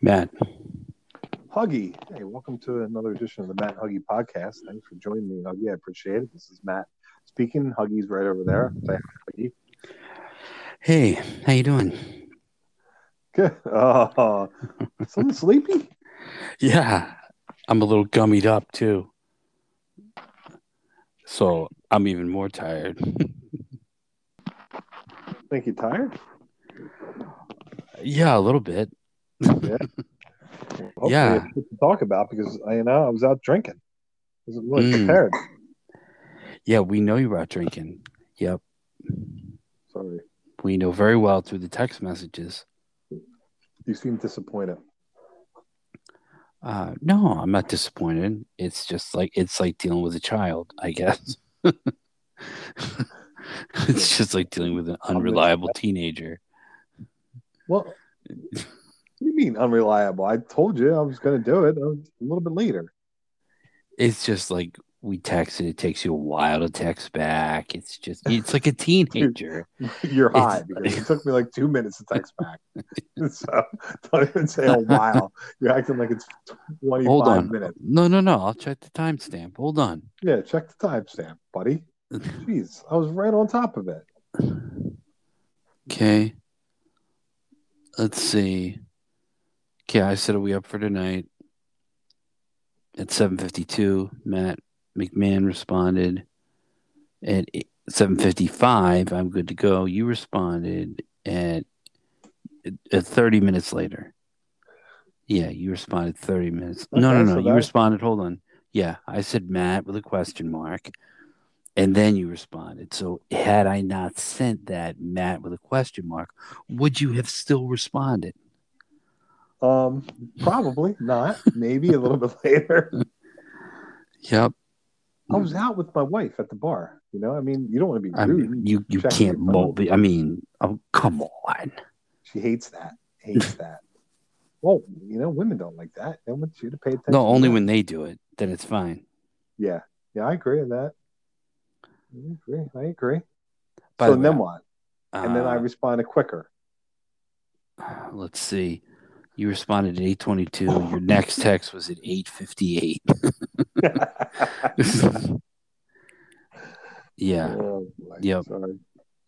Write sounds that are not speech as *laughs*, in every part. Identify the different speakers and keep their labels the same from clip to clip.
Speaker 1: Matt.
Speaker 2: Huggy. Hey, welcome to another edition of the Matt Huggy podcast. Thanks for joining me, Huggy. I appreciate it. This is Matt speaking. Huggy's right over there. Say hi, Huggy.
Speaker 1: Hey, how you doing?
Speaker 2: Good. *laughs* Oh, something sleepy?
Speaker 1: Yeah, I'm a little gummied up too, so I'm even more *laughs* tired.
Speaker 2: Think you tired?
Speaker 1: yeah, a little bit.
Speaker 2: Yeah. Hopefully
Speaker 1: Yeah.
Speaker 2: it's good to talk about because you know I was out drinking. Wasn't really
Speaker 1: Mm.
Speaker 2: prepared.
Speaker 1: Yeah, we know you were out drinking. Yep,
Speaker 2: Sorry.
Speaker 1: we know very well through the text messages.
Speaker 2: You seem disappointed.
Speaker 1: Uh, no, I'm not disappointed. It's just like it's like dealing with a child, I guess. *laughs* it's just like dealing with an unreliable teenager. *laughs*
Speaker 2: Well, what do you mean unreliable? I told you I was going to do it a little bit later.
Speaker 1: It's just like we text and it takes you a while to text back. It's just it's like a teenager.
Speaker 2: You're
Speaker 1: It's-
Speaker 2: high because
Speaker 1: *laughs*
Speaker 2: it took me like two minutes to text back. *laughs* so don't even say a while. You're acting like it's 25
Speaker 1: Hold on.
Speaker 2: minutes.
Speaker 1: No, no, no. I'll check the timestamp. Hold on.
Speaker 2: Yeah, check the timestamp, buddy.
Speaker 1: *laughs*
Speaker 2: Jeez, I was right on top of it.
Speaker 1: Okay. Let's see. Okay, I said are we up for tonight? At seven fifty two, Matt McMahon responded. At e, seven fifty five, I'm good to go. You responded at, at thirty minutes later. Yeah, you responded thirty minutes. No, no,
Speaker 2: Okay,
Speaker 1: no.
Speaker 2: so
Speaker 1: you
Speaker 2: that-
Speaker 1: responded. Hold on. Yeah, I said Matt with a question mark, and then you responded. So had I not sent that Matt with a question mark, would you have still responded?
Speaker 2: Um, probably not. Maybe a little bit *laughs* later.
Speaker 1: Yep.
Speaker 2: I was out with my wife at the bar. You know, I mean, you don't want to be
Speaker 1: I
Speaker 2: rude.
Speaker 1: mean, you you
Speaker 2: check
Speaker 1: can't
Speaker 2: your phone.
Speaker 1: mold. I mean, oh come on.
Speaker 2: She hates that.
Speaker 1: *laughs*
Speaker 2: Hates that. Well, you know, women don't like that. They want you to pay attention.
Speaker 1: No,
Speaker 2: to
Speaker 1: only
Speaker 2: them.
Speaker 1: when they do it, then it's fine.
Speaker 2: Yeah, yeah, I agree on that. I agree. I agree.
Speaker 1: By
Speaker 2: so
Speaker 1: the way,
Speaker 2: then what? and then I
Speaker 1: uh, *laughs*
Speaker 2: responded quicker.
Speaker 1: let's see. You responded at eight twenty two. Your next text was at eight fifty eight. *laughs* yeah,
Speaker 2: Oh, boy.
Speaker 1: Yep.
Speaker 2: Sorry.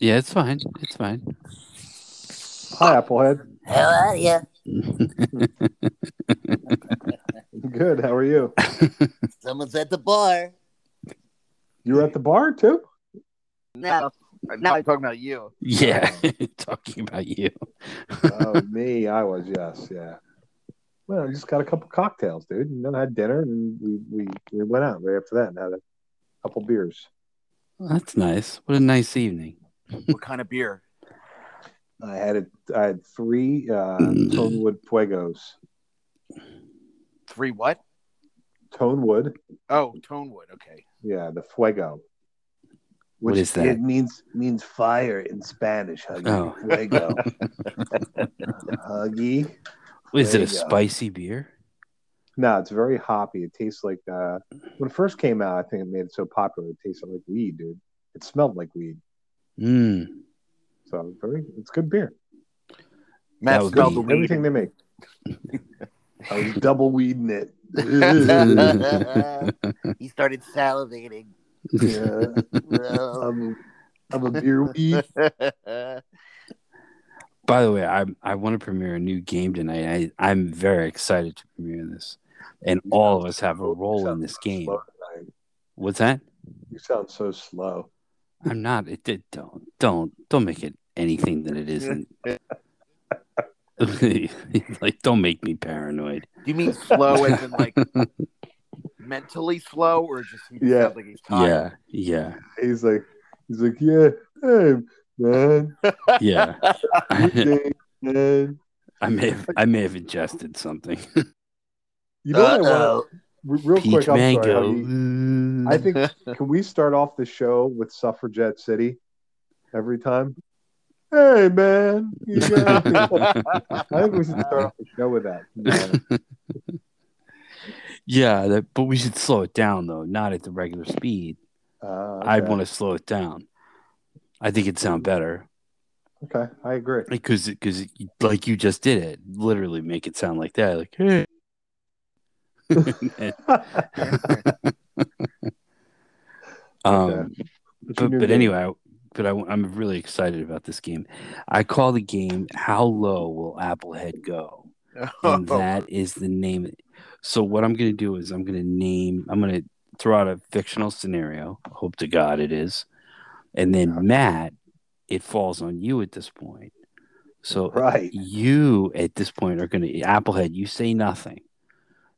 Speaker 1: yeah, it's fine. It's fine.
Speaker 2: Hi, Applehead.
Speaker 3: How are you?
Speaker 2: Good. How are you?
Speaker 3: Someone's at the bar.
Speaker 2: You were at the bar too.
Speaker 3: No, now I'm talking about you.
Speaker 1: yeah, *laughs* talking about you. *laughs*
Speaker 2: oh, me, I was. Yes, yeah. Well, I just got a couple cocktails, dude, and then I had dinner, and we we, we went out right after that and had a couple beers.
Speaker 1: That's nice. What a nice evening.
Speaker 4: what kind of beer?
Speaker 2: I had it. I had three uh,
Speaker 1: Mm.
Speaker 2: Tonewood Fuegos.
Speaker 4: Three what?
Speaker 2: Tonewood,
Speaker 4: Oh, Tonewood. Okay.
Speaker 2: yeah, the Fuego.
Speaker 1: What is that?
Speaker 2: It means means fire in Spanish. Huggy.
Speaker 1: Oh. *laughs*
Speaker 2: Fuego. Huggy.
Speaker 1: Is
Speaker 2: There
Speaker 1: it a
Speaker 2: you go.
Speaker 1: spicy beer?
Speaker 2: No, it's very hoppy. It tastes like uh, when it first came out. I think it made it so popular. It tasted like weed, dude. It smelled like weed.
Speaker 1: Mm.
Speaker 2: So very, it's good beer.
Speaker 1: That
Speaker 4: Matt
Speaker 1: would
Speaker 4: smelled
Speaker 1: be-
Speaker 4: the weed.
Speaker 2: Everything they
Speaker 1: *laughs*
Speaker 2: make. I was double weeding it.
Speaker 4: *laughs*
Speaker 3: *laughs* he started salivating.
Speaker 2: yeah,
Speaker 3: Well,
Speaker 2: I'm, I'm a beer weed.
Speaker 1: By the way, I I want to premiere a new game tonight. I I'm very excited to premiere this, and all of us have a role in this game.
Speaker 2: Slow tonight.
Speaker 1: What's that?
Speaker 2: You sound so slow.
Speaker 1: I'm not. It, it don't don't don't make it anything that it isn't.
Speaker 2: *laughs*
Speaker 1: *laughs* like, don't make me paranoid.
Speaker 4: Do you mean slow as
Speaker 1: *laughs*
Speaker 4: in like mentally slow or just he
Speaker 2: Yeah.
Speaker 4: sounds like he's tired?
Speaker 1: Yeah, yeah,
Speaker 2: He's like, he's like, yeah, hey, man,
Speaker 1: yeah.
Speaker 2: *laughs*
Speaker 1: *laughs* I,
Speaker 2: hey, man.
Speaker 1: may have I may have ingested something.
Speaker 2: You know what I want? Real
Speaker 1: Peach
Speaker 2: quick, I'm sorry.
Speaker 1: mango.
Speaker 2: Huggy.
Speaker 1: Mm.
Speaker 2: I think can we start off the show with Suffragette City every time? Hey man,
Speaker 1: *laughs*
Speaker 2: you guys- I think we should start off the show with that.
Speaker 1: yeah, that, but we should slow it down though. Not at the regular speed.
Speaker 2: Uh,
Speaker 1: I'd want to slow it down. I think it'd sound better.
Speaker 2: Okay, I agree.
Speaker 1: because because like you just did it, literally make it sound like that, like hey. um,
Speaker 2: Okay. It's a
Speaker 1: but,
Speaker 2: new
Speaker 1: but
Speaker 2: game.
Speaker 1: anyway, I- but I, am really excited about this game. I call the game "How Low Will Applehead Go,"
Speaker 2: *laughs*
Speaker 1: and that is the name. So what I'm going to do is I'm going to name. I'm going to throw out a fictional scenario. Hope to God it is, and then Matt, it falls on you at this point. So
Speaker 2: right.
Speaker 1: you at this point are going to applehead you say nothing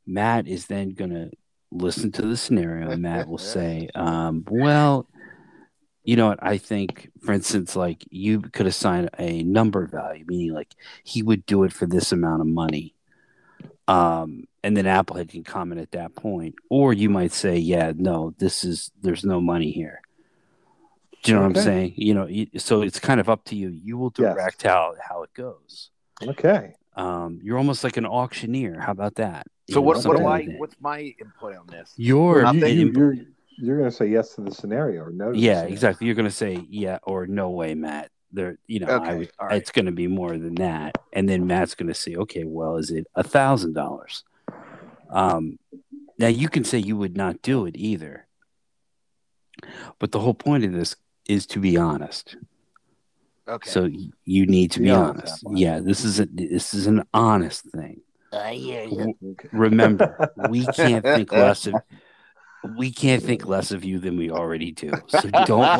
Speaker 1: matt is then going to listen to the scenario and matt will
Speaker 2: *laughs*
Speaker 1: say um, well you know what i think for instance like you could assign a number value meaning like he would do it for this amount of money um, and then applehead can comment at that point or you might say yeah no this is there's no money here do you know what i'm
Speaker 2: Okay.
Speaker 1: saying you know you- so it's kind of up to you you will
Speaker 2: Yes.
Speaker 1: direct how how it goes
Speaker 2: Okay.
Speaker 1: um, you're almost like an auctioneer. How about that? You
Speaker 4: *laughs* so
Speaker 1: know,
Speaker 4: what? What
Speaker 1: something
Speaker 4: am I?
Speaker 1: like that.
Speaker 4: What's my input on this?
Speaker 1: Your
Speaker 4: I'm
Speaker 2: you,
Speaker 4: thinking-
Speaker 1: input-
Speaker 2: are you're going to say yes to the scenario or no? To the
Speaker 1: yeah,
Speaker 2: scenario.
Speaker 1: exactly. You're gonna say yeah or no way, Matt. There, you know, I
Speaker 4: Okay,
Speaker 1: would,
Speaker 4: all right.
Speaker 1: it's gonna be more than that, and then Matt's gonna say, okay, well, is it a thousand dollars? Um, now you can say you would not do it either, but the whole point of this is to be honest.
Speaker 4: Okay.
Speaker 1: So y- you need to be,
Speaker 2: Be honest,
Speaker 1: honest.
Speaker 2: Matt.
Speaker 1: Yeah, this is a this is an honest thing.
Speaker 3: I hear you.
Speaker 2: Okay.
Speaker 1: remember we can't
Speaker 4: *laughs*
Speaker 1: think less of we can't think less of you than we already do so don't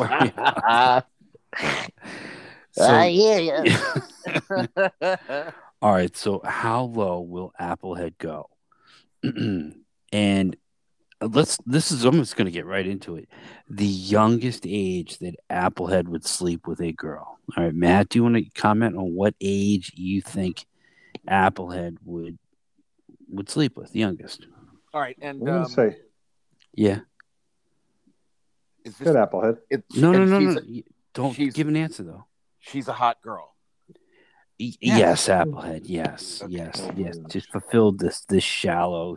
Speaker 3: *laughs*
Speaker 4: *laughs*
Speaker 1: worry
Speaker 3: I
Speaker 1: so,
Speaker 3: hear you.
Speaker 1: *laughs* all right so how low will applehead go *clears throat* and let's this is almost going to get right into it the youngest age that applehead would sleep with a girl all right matt do you want to comment on what age you think applehead would would sleep with the youngest
Speaker 4: All right.
Speaker 2: I'm
Speaker 4: And
Speaker 2: going
Speaker 4: um,
Speaker 2: to say
Speaker 1: yeah
Speaker 4: is this?
Speaker 2: good Applehead.
Speaker 4: it's-
Speaker 1: no no
Speaker 4: and
Speaker 1: no
Speaker 4: she's
Speaker 1: no
Speaker 4: A,
Speaker 1: You- don't
Speaker 4: she's-
Speaker 1: give an answer though
Speaker 4: she's a hot girl.
Speaker 1: Y-
Speaker 3: Yeah.
Speaker 1: Yes, Applehead. Yes,
Speaker 4: Okay.
Speaker 1: yes,
Speaker 2: Oh,
Speaker 1: yes.
Speaker 2: yeah.
Speaker 1: Just fulfilled this this shallow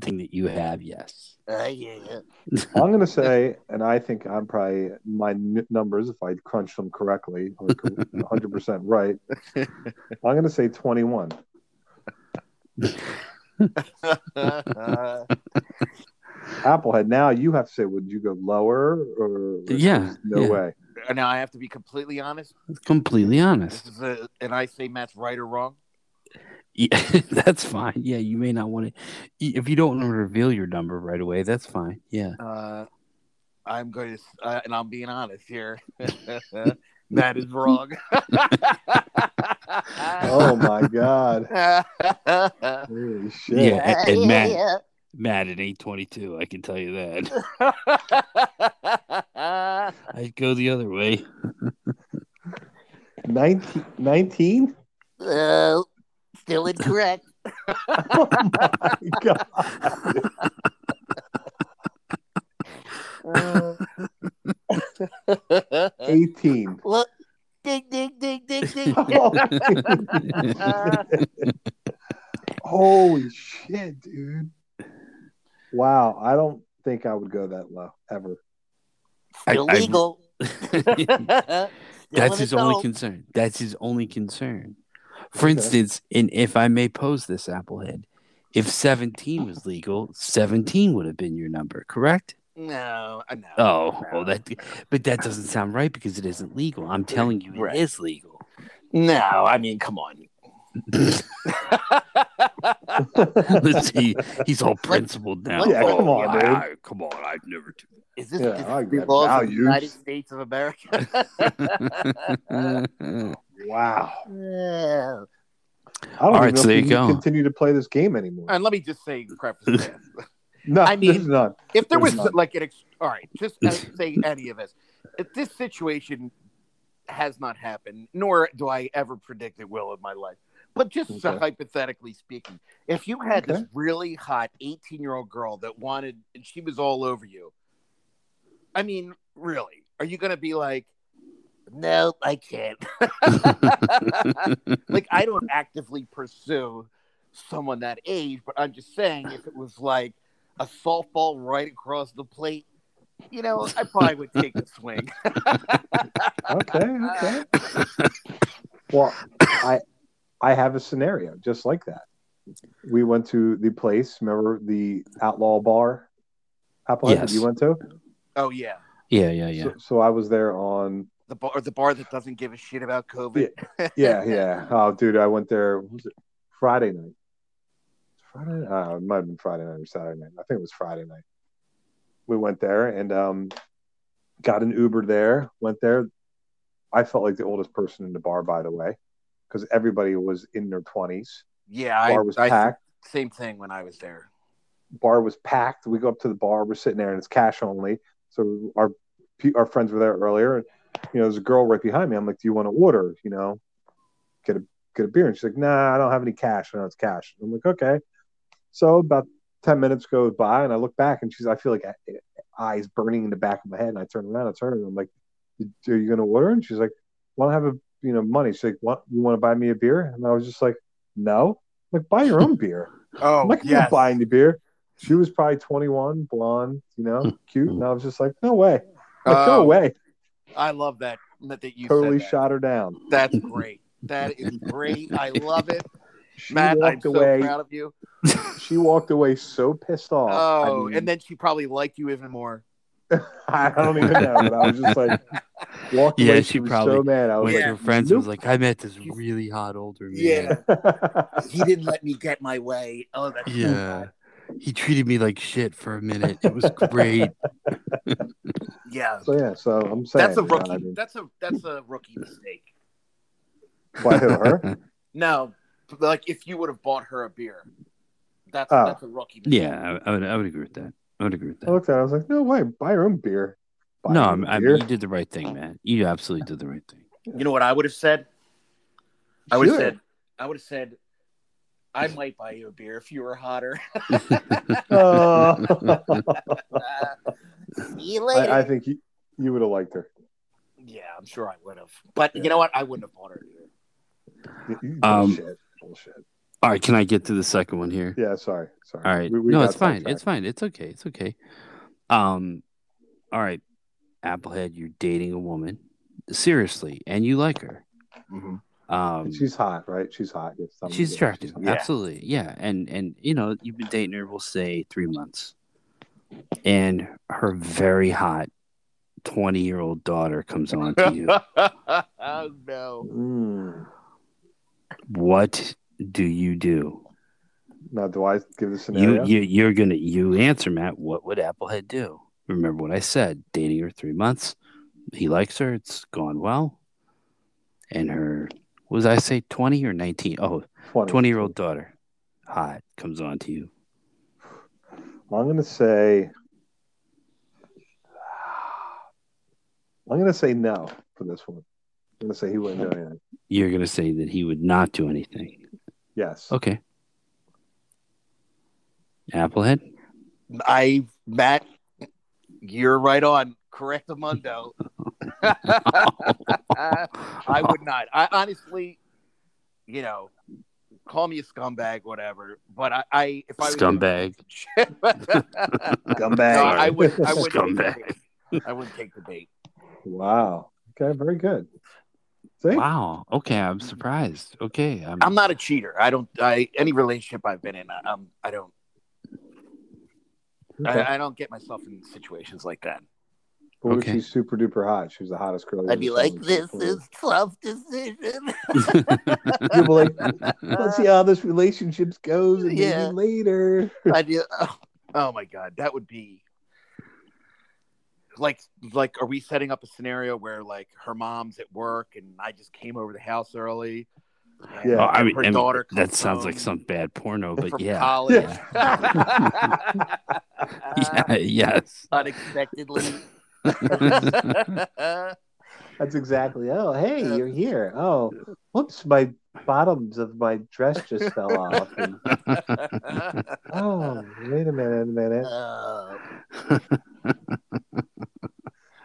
Speaker 1: thing that you have. Yes.
Speaker 3: I hear you.
Speaker 2: I'm going to say, and I think I'm probably my n- numbers, if I crunch them correctly, are 100%
Speaker 1: *laughs*
Speaker 2: right. I'm going to say 21.
Speaker 3: *laughs*
Speaker 2: Applehead, now you have to say, would you go lower or
Speaker 1: Yeah,
Speaker 2: no
Speaker 1: yeah.
Speaker 2: way?
Speaker 4: *laughs* now I have to be completely honest.
Speaker 1: Completely
Speaker 4: This
Speaker 1: honest.
Speaker 4: is a, and I say Matt's right or wrong.
Speaker 1: *laughs* Yeah, that's fine. Yeah, you may not want to. If you don't want to reveal your number right away, that's fine. Yeah.
Speaker 4: Uh, I'm going to, uh, and I'm being honest here. *laughs* Matt is wrong.
Speaker 2: Oh my God.
Speaker 4: I
Speaker 2: Holy
Speaker 1: *laughs*
Speaker 2: shit.
Speaker 1: Yeah,
Speaker 3: I
Speaker 1: and
Speaker 3: hear
Speaker 1: Matt.
Speaker 4: *laughs*
Speaker 3: you.
Speaker 1: Mad at eight twenty two. I can tell you that. *laughs* I'd go the other *laughs* way.
Speaker 2: 19? 19?
Speaker 3: Uh, still incorrect.
Speaker 2: *laughs* Oh my God.
Speaker 1: *laughs*
Speaker 3: *laughs* Uh,
Speaker 1: *laughs*
Speaker 2: 18.
Speaker 3: look, ding, ding, ding, ding, ding.
Speaker 2: Oh Holy shit, dude. Wow. I don't think I would go that low ever. *laughs*
Speaker 1: I-
Speaker 3: Still
Speaker 1: I- *laughs*
Speaker 3: legal. Still an
Speaker 1: That's his only
Speaker 3: adult.
Speaker 1: concern. That's his only concern. For
Speaker 2: Okay.
Speaker 1: instance, and if I may pose this, Applehead, if 17 was legal, 17 would have been your number, correct?
Speaker 4: no, I know.
Speaker 1: Oh, oh, that, but that doesn't sound right because it isn't legal. I'm telling you,
Speaker 4: Right.
Speaker 1: it is legal. *laughs*
Speaker 4: no, I mean, come on.
Speaker 1: Let's see, he's
Speaker 2: *laughs*
Speaker 1: all principled now.
Speaker 3: Yeah,
Speaker 1: oh,
Speaker 2: come on,
Speaker 1: I-
Speaker 2: dude.
Speaker 1: I- come on, I'd never
Speaker 2: *laughs*
Speaker 1: do
Speaker 3: Is this
Speaker 2: Yeah,
Speaker 3: this
Speaker 2: I
Speaker 3: is the
Speaker 2: got
Speaker 3: laws of the
Speaker 2: values.
Speaker 3: United States of
Speaker 2: *laughs*
Speaker 3: America?
Speaker 1: that.
Speaker 2: Wow.
Speaker 3: Uh,
Speaker 2: I don't
Speaker 1: All
Speaker 2: even
Speaker 1: right,
Speaker 2: know
Speaker 1: so there
Speaker 2: if
Speaker 1: you
Speaker 2: you
Speaker 1: go.
Speaker 2: continue to play this game anymore.
Speaker 4: and let me just say,
Speaker 2: *laughs*
Speaker 4: preface this.
Speaker 2: No,
Speaker 4: I mean-
Speaker 2: there's none.
Speaker 4: if there was
Speaker 2: There's none.
Speaker 4: like an ex- all right
Speaker 2: *laughs*
Speaker 4: just as- say any of us if this situation has not happened nor do i ever predict it will in my life but just
Speaker 2: Okay.
Speaker 4: hypothetically speaking if you had this
Speaker 2: Okay.
Speaker 4: really hot 18 year old girl that wanted and she was all over you i mean really are you gonna be like
Speaker 3: no, I can't.
Speaker 2: *laughs*
Speaker 4: like i don't actively pursue someone that age but i'm just saying if it was like a softball right across the plate you know, I probably would take a swing.
Speaker 2: *laughs* Okay,
Speaker 1: *laughs*
Speaker 2: okay. well, I I have a scenario just like that. We went to the place. Remember the Outlaw Bar, Apple
Speaker 1: Yes.
Speaker 2: that you went to.
Speaker 4: Oh yeah,
Speaker 1: Yeah, yeah, yeah.
Speaker 2: So, so I was there on.
Speaker 4: the bar, the bar that doesn't give a shit about COVID.
Speaker 2: Yeah, yeah. Oh, dude, I went there. What was it Friday night? Friday? Night? Uh, it might have been Friday night or Saturday night. I think it was Friday night. We went there and um, got an Uber there. Went there. I felt like the oldest person in the bar, by the way, because everybody was in their twenties.
Speaker 4: Yeah, I,
Speaker 2: Bar was
Speaker 4: I-
Speaker 2: packed.
Speaker 4: same thing when I was there.
Speaker 2: bar was packed. We go up to the bar, we're sitting there, and it's cash only. So our pe- our friends were there earlier, and you know, there's a girl right behind me. I'm like, "Do you want to order? You know, get a get a beer?" And she's like, "Nah, I don't have any cash. I know it's cash." I'm like, "Okay." So about ten minutes goes by, and I look back, and she's, I feel like a- eyes burning in the back of my head, and I turn around, I turn, and I'm like, "Are you gonna order?" And she's like, "Well, I don't have a you know money." She's like, "What? You want to buy me a beer?" And I was just like, "No." I'm like, buy your own beer.
Speaker 4: Oh
Speaker 2: I'm like, I'm not buying the beer. She was probably 21, blonde, you
Speaker 1: Hmm.
Speaker 2: know, cute. And I was just like, no way. Like, go
Speaker 4: Oh,
Speaker 2: away.
Speaker 4: I love that that that you
Speaker 2: Totally
Speaker 4: said that.
Speaker 2: shot her down.
Speaker 4: That's great. That is great. I love it,
Speaker 2: *laughs* She
Speaker 4: Matt. I'm
Speaker 2: walked
Speaker 4: so
Speaker 2: away.
Speaker 4: proud of you.
Speaker 2: she walked away so pissed off. I
Speaker 4: Oh,
Speaker 2: mean,
Speaker 4: and then she probably liked you even more.
Speaker 2: *laughs* I don't even know. But I was just like, walked
Speaker 1: Yeah,
Speaker 2: away.
Speaker 1: she
Speaker 2: She, was
Speaker 1: probably
Speaker 2: so mad. I was
Speaker 1: Went
Speaker 4: Yeah.
Speaker 1: to her friends and was like, I met this
Speaker 4: She's-
Speaker 1: really hot older man.
Speaker 4: Yeah.
Speaker 2: like,
Speaker 4: He didn't let me get my way. Oh, that's
Speaker 1: Yeah. He treated me like shit for a minute. It was
Speaker 2: *laughs*
Speaker 1: great.
Speaker 4: yeah.
Speaker 2: *laughs* so yeah, so I'm saying
Speaker 4: That's a
Speaker 2: you know,
Speaker 4: rookie.
Speaker 2: I mean,
Speaker 4: That's a that's a rookie mistake.
Speaker 2: why
Speaker 1: *laughs*
Speaker 2: who, her?
Speaker 4: No, like if you would have bought her a beer, that's
Speaker 2: Oh.
Speaker 4: that's a rookie mistake.
Speaker 1: yeah, I, I would I would agree with that. I would agree with
Speaker 2: I
Speaker 1: that.
Speaker 2: looked at. her, I was like, no way. Buy your own beer. Buy
Speaker 1: No,
Speaker 2: your
Speaker 1: I'm,
Speaker 2: own
Speaker 1: I mean,
Speaker 2: beer.
Speaker 1: you did the right thing, man. You absolutely did the right thing.
Speaker 4: You know what I would have said? I would have
Speaker 2: Sure.
Speaker 4: said, I would have said, I might buy you a beer if you were hotter.
Speaker 2: *laughs* *laughs*
Speaker 4: *laughs*
Speaker 1: *laughs*
Speaker 2: Oh.
Speaker 3: See you later.
Speaker 2: I, I think you, you would have liked her.
Speaker 4: yeah, I'm sure I would have. But you know what? I wouldn't have bought her a beer.
Speaker 2: You- you-
Speaker 1: Um,
Speaker 2: bullshit. Bullshit.
Speaker 1: All right, can I get to the second one here?
Speaker 2: Yeah, sorry, sorry.
Speaker 1: All right.
Speaker 2: We- we
Speaker 1: no,
Speaker 2: got
Speaker 1: it's fine.
Speaker 2: sidetracked.
Speaker 1: It's fine. It's okay. It's okay. Um, all right, Applehead, you're dating a woman seriously, and you like her. Um, she's
Speaker 2: She's hot, right? She's hot. Yes, I'm-
Speaker 1: she's attractive,
Speaker 2: hot.
Speaker 4: Yeah.
Speaker 1: absolutely, yeah. And and you know you've been dating her, we'll say three months, and her very hot twenty year old daughter comes on to you.
Speaker 2: Mm-hmm. *laughs*
Speaker 4: *laughs* oh no!
Speaker 2: Mm.
Speaker 1: what do you do?
Speaker 2: Now, do I give the
Speaker 1: You,
Speaker 2: scenario?
Speaker 1: you you're gonna you answer Matt. What would Applehead do? Remember what I said? Dating her three months. He likes her. It's gone well. And her what was I say twenty or nineteen? Oh,
Speaker 2: 20.
Speaker 1: 20 year old daughter, hot comes on to you.
Speaker 2: I'm gonna say. I'm gonna say no for this one. I'm gonna say he wouldn't do anything.
Speaker 1: You're gonna say that he would not do anything.
Speaker 2: Yes.
Speaker 1: Okay. Applehead.
Speaker 4: I Matt, you're right on. Correct, Amundo. I would not. I honestly, you know, call me a scumbag, whatever. But I, I if I was in a
Speaker 1: Scumbag.
Speaker 4: relationship-
Speaker 2: Come
Speaker 4: *laughs* no,
Speaker 2: back.
Speaker 4: I would. I would
Speaker 1: Scumbag.
Speaker 4: I wouldn't take the bait.
Speaker 2: *laughs* Wow. Okay. Very good. See.
Speaker 1: Wow. Okay, I'm surprised. Okay, I'm,
Speaker 4: I'm not a cheater. I don't. I any relationship I've been in, I, um, I don't.
Speaker 2: Okay.
Speaker 4: I, I don't get myself in situations like that.
Speaker 2: But
Speaker 1: Okay.
Speaker 2: she's super duper hot. She's the hottest girl. you've
Speaker 3: I'd be
Speaker 2: ever
Speaker 3: like,
Speaker 2: seen.
Speaker 3: this is tough decision.
Speaker 1: *laughs*
Speaker 2: You'd be
Speaker 4: *laughs*
Speaker 2: like, let's see how this relationship goes and
Speaker 3: Yeah.
Speaker 2: yeah. later.
Speaker 4: *laughs* I do. Oh, oh my god, that would be like like are we setting up a scenario where like her mom's at work and I just came over the house early? and
Speaker 2: Yeah.
Speaker 1: Oh, I mean,
Speaker 4: her
Speaker 1: I mean,
Speaker 4: daughter.
Speaker 1: that
Speaker 4: comes
Speaker 1: sounds like
Speaker 4: home
Speaker 1: some bad porno, but
Speaker 4: from
Speaker 1: yeah.
Speaker 4: college.
Speaker 1: *laughs* yeah,
Speaker 4: *laughs*
Speaker 1: yes.
Speaker 4: Unexpectedly.
Speaker 1: *laughs*
Speaker 2: That's exactly. Oh, hey, you're here. Oh, whoops, my bottoms of my dress just fell off. And,
Speaker 4: Uh,
Speaker 2: oh, wait a minute, a minute.
Speaker 3: Uh,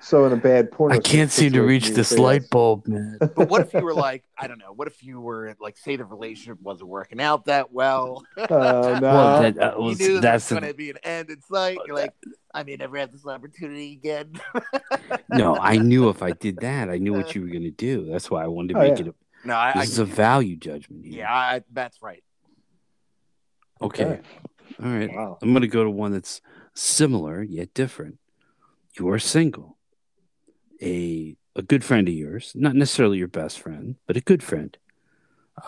Speaker 2: So in a bad porno.
Speaker 1: I can't seem to
Speaker 2: situation,
Speaker 1: reach
Speaker 2: you
Speaker 1: this
Speaker 2: say
Speaker 1: light
Speaker 2: yes.
Speaker 1: bulb,
Speaker 2: *laughs*
Speaker 1: man.
Speaker 4: But what if you were like, I don't know, what if you were like, say the relationship wasn't working out that well?
Speaker 2: Oh no!
Speaker 1: well, that, uh,
Speaker 4: you
Speaker 1: was-
Speaker 4: knew
Speaker 1: that's
Speaker 4: that's going
Speaker 1: the,
Speaker 4: to be an end in sight. You're like,
Speaker 3: I may never have this opportunity again.
Speaker 1: no. I knew if I did that, I knew what you were gonna do. That's why I wanted to
Speaker 2: Oh,
Speaker 1: make
Speaker 2: yeah.
Speaker 1: it. A,
Speaker 4: *laughs* no, I, I
Speaker 1: this is a value judgment. here.
Speaker 4: yeah, I, that's right.
Speaker 1: Okay. All right.
Speaker 2: Oh, Wow.
Speaker 1: I'm going to go to one that's similar yet different. You are single. A a good friend of yours, not necessarily your best friend, but a good friend.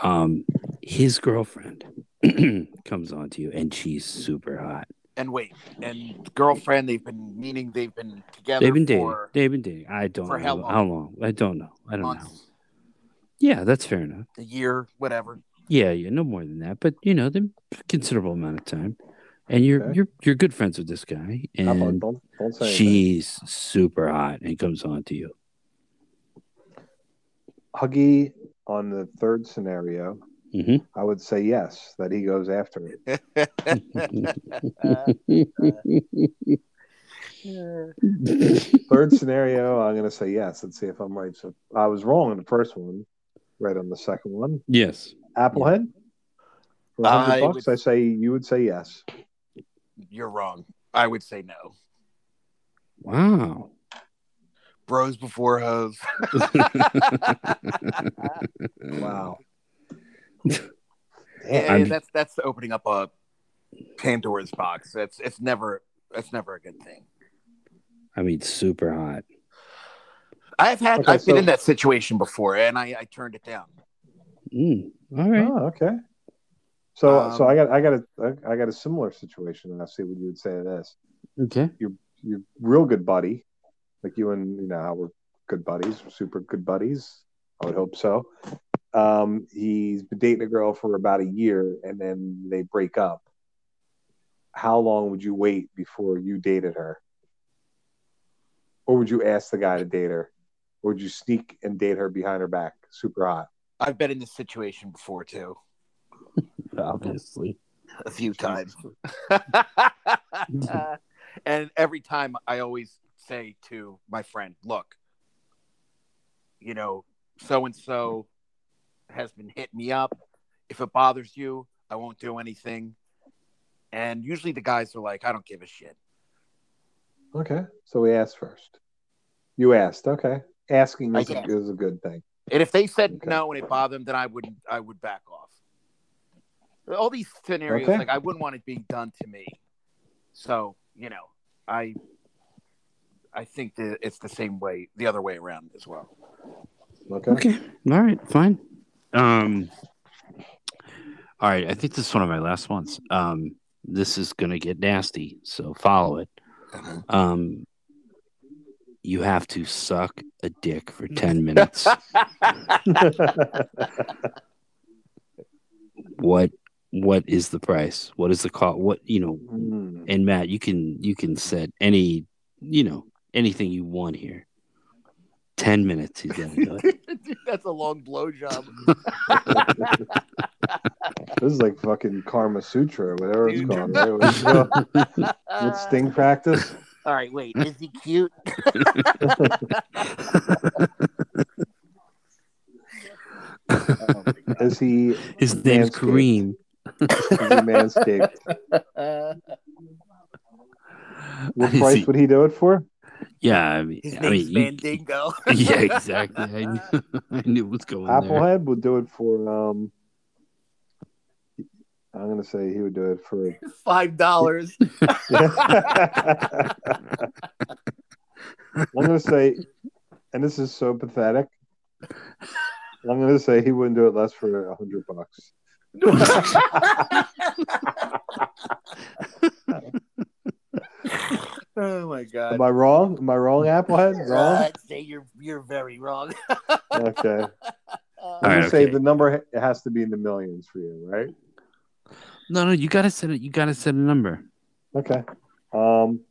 Speaker 1: Um, his girlfriend *clears throat* comes on to you, and she's super hot.
Speaker 4: And wait, and girlfriend, they've been meaning they've been together
Speaker 1: They've been dating.
Speaker 4: for
Speaker 1: They've been dating. I don't
Speaker 4: for
Speaker 1: know
Speaker 4: how long?
Speaker 1: how long. I don't know. I don't know.
Speaker 4: months,
Speaker 1: Yeah, that's fair enough.
Speaker 4: a year, whatever.
Speaker 1: Yeah, yeah, no more than that. But you know, the considerable amount of time, and you're
Speaker 2: Okay.
Speaker 1: you're you're good friends with this guy,
Speaker 2: How about-
Speaker 1: and
Speaker 2: don't don't say anything.
Speaker 1: she's super hot and comes on to you.
Speaker 2: Huggy on the third scenario.
Speaker 1: hmm
Speaker 2: I would say yes that he goes after it.
Speaker 4: Uh,
Speaker 1: *laughs*
Speaker 2: Third scenario, I'm going to say yes and see if I'm right. So I was wrong on the first one, right on the second one.
Speaker 1: yes.
Speaker 2: Applehead. For a
Speaker 4: I
Speaker 2: hundred bucks,
Speaker 4: would-
Speaker 2: I say you would say yes.
Speaker 4: You're wrong. I would say no.
Speaker 1: Wow.
Speaker 4: Bros before hoes. Mm.
Speaker 2: Wow.
Speaker 4: Yeah,
Speaker 1: I'm-
Speaker 4: that's that's opening up a Pandora's box. That's it's never that's never a good thing.
Speaker 1: I mean, super hot.
Speaker 4: I've had
Speaker 2: Okay,
Speaker 4: I've been
Speaker 2: so-
Speaker 4: in that situation before, and I, I turned it down.
Speaker 1: Mm, all right.
Speaker 2: Oh, okay. So,
Speaker 4: Um,
Speaker 2: so I got, I got a, I got a similar situation, and I see what you would say to this.
Speaker 1: Okay.
Speaker 2: Your real good buddy, like you and you know, how we're good buddies, we're super good buddies. I would hope so. Um, he's been dating a girl for about a year, and then they break up. How long would you wait before you dated her, or would you ask the guy to date her, or would you sneak and date her behind her back, super hot?
Speaker 4: I've been in this situation before too,
Speaker 1: Obviously.
Speaker 4: a
Speaker 1: *laughs*
Speaker 4: few times. *laughs* and every time I always say to my friend, look, you know, so and so has been hitting me up. If it bothers you, I won't do anything. And usually the guys are like, I don't give a shit.
Speaker 2: Okay. So we asked first. You asked. Okay. Asking
Speaker 4: I
Speaker 2: is, a,
Speaker 4: did.
Speaker 2: is a good thing.
Speaker 4: And if they said
Speaker 2: Okay.
Speaker 4: no and it bothered them, then I wouldn't. I would back off. All these scenarios,
Speaker 2: Okay.
Speaker 4: like I wouldn't want it being done to me. So you know, I I think that it's the same way, the other way around as well. *laughs*
Speaker 1: *laughs*
Speaker 2: Okay.
Speaker 1: Okay. All right. Fine. Um. All right. I think this is one of my last ones. Um. This is gonna get nasty, so follow it.
Speaker 2: Uh-huh.
Speaker 1: Um. You have to suck a dick for ten minutes.
Speaker 2: *laughs*
Speaker 1: what? What is the price? What is the cost? What you know?
Speaker 2: Hmm.
Speaker 1: and Matt, you can you can set any you know anything you want here. Ten minutes, he's gonna do
Speaker 2: *laughs*
Speaker 1: it.
Speaker 4: Dude, that's a long blowjob.
Speaker 2: This is like fucking Karma Sutra, whatever it's
Speaker 4: Dude.
Speaker 2: called.
Speaker 1: *laughs*
Speaker 2: Right? What's, uh, what's sting practice?
Speaker 3: All right, wait. Is he cute?
Speaker 2: Is he, is
Speaker 1: His name's
Speaker 2: Manscaped.
Speaker 1: Kareem.
Speaker 2: he manscaped?
Speaker 1: *laughs*
Speaker 4: Uh,
Speaker 1: *laughs*
Speaker 2: What
Speaker 1: Is
Speaker 2: price
Speaker 1: he-
Speaker 2: would he do it for?
Speaker 1: yeah, I mean,
Speaker 3: His
Speaker 1: I
Speaker 3: name's
Speaker 1: mean you-
Speaker 3: Mandingo.
Speaker 1: *laughs*
Speaker 2: *laughs*
Speaker 1: yeah,
Speaker 4: *laughs*
Speaker 1: exactly. I knew, *laughs* I knew what's going on. there.
Speaker 2: Applehead would do it for. um I'm gonna say he would do it for. *laughs*
Speaker 3: Five dollars.
Speaker 2: I'm gonna say, and this is so pathetic. I'm gonna say he wouldn't do it less for a hundred bucks.
Speaker 4: oh my god! Uh,
Speaker 2: Am I wrong? Am I wrong, Applehead? Wrong?
Speaker 3: I'd say you're you're very wrong.
Speaker 2: Okay.
Speaker 3: Uh,
Speaker 1: All
Speaker 2: I'm
Speaker 1: right,
Speaker 2: gonna say
Speaker 1: okay.
Speaker 2: the number ha- it has to be in the millions for you, right?
Speaker 1: No, no, you gotta set it. You gotta set a
Speaker 2: *laughs*
Speaker 1: number.
Speaker 2: Okay.
Speaker 1: *laughs*
Speaker 2: Um,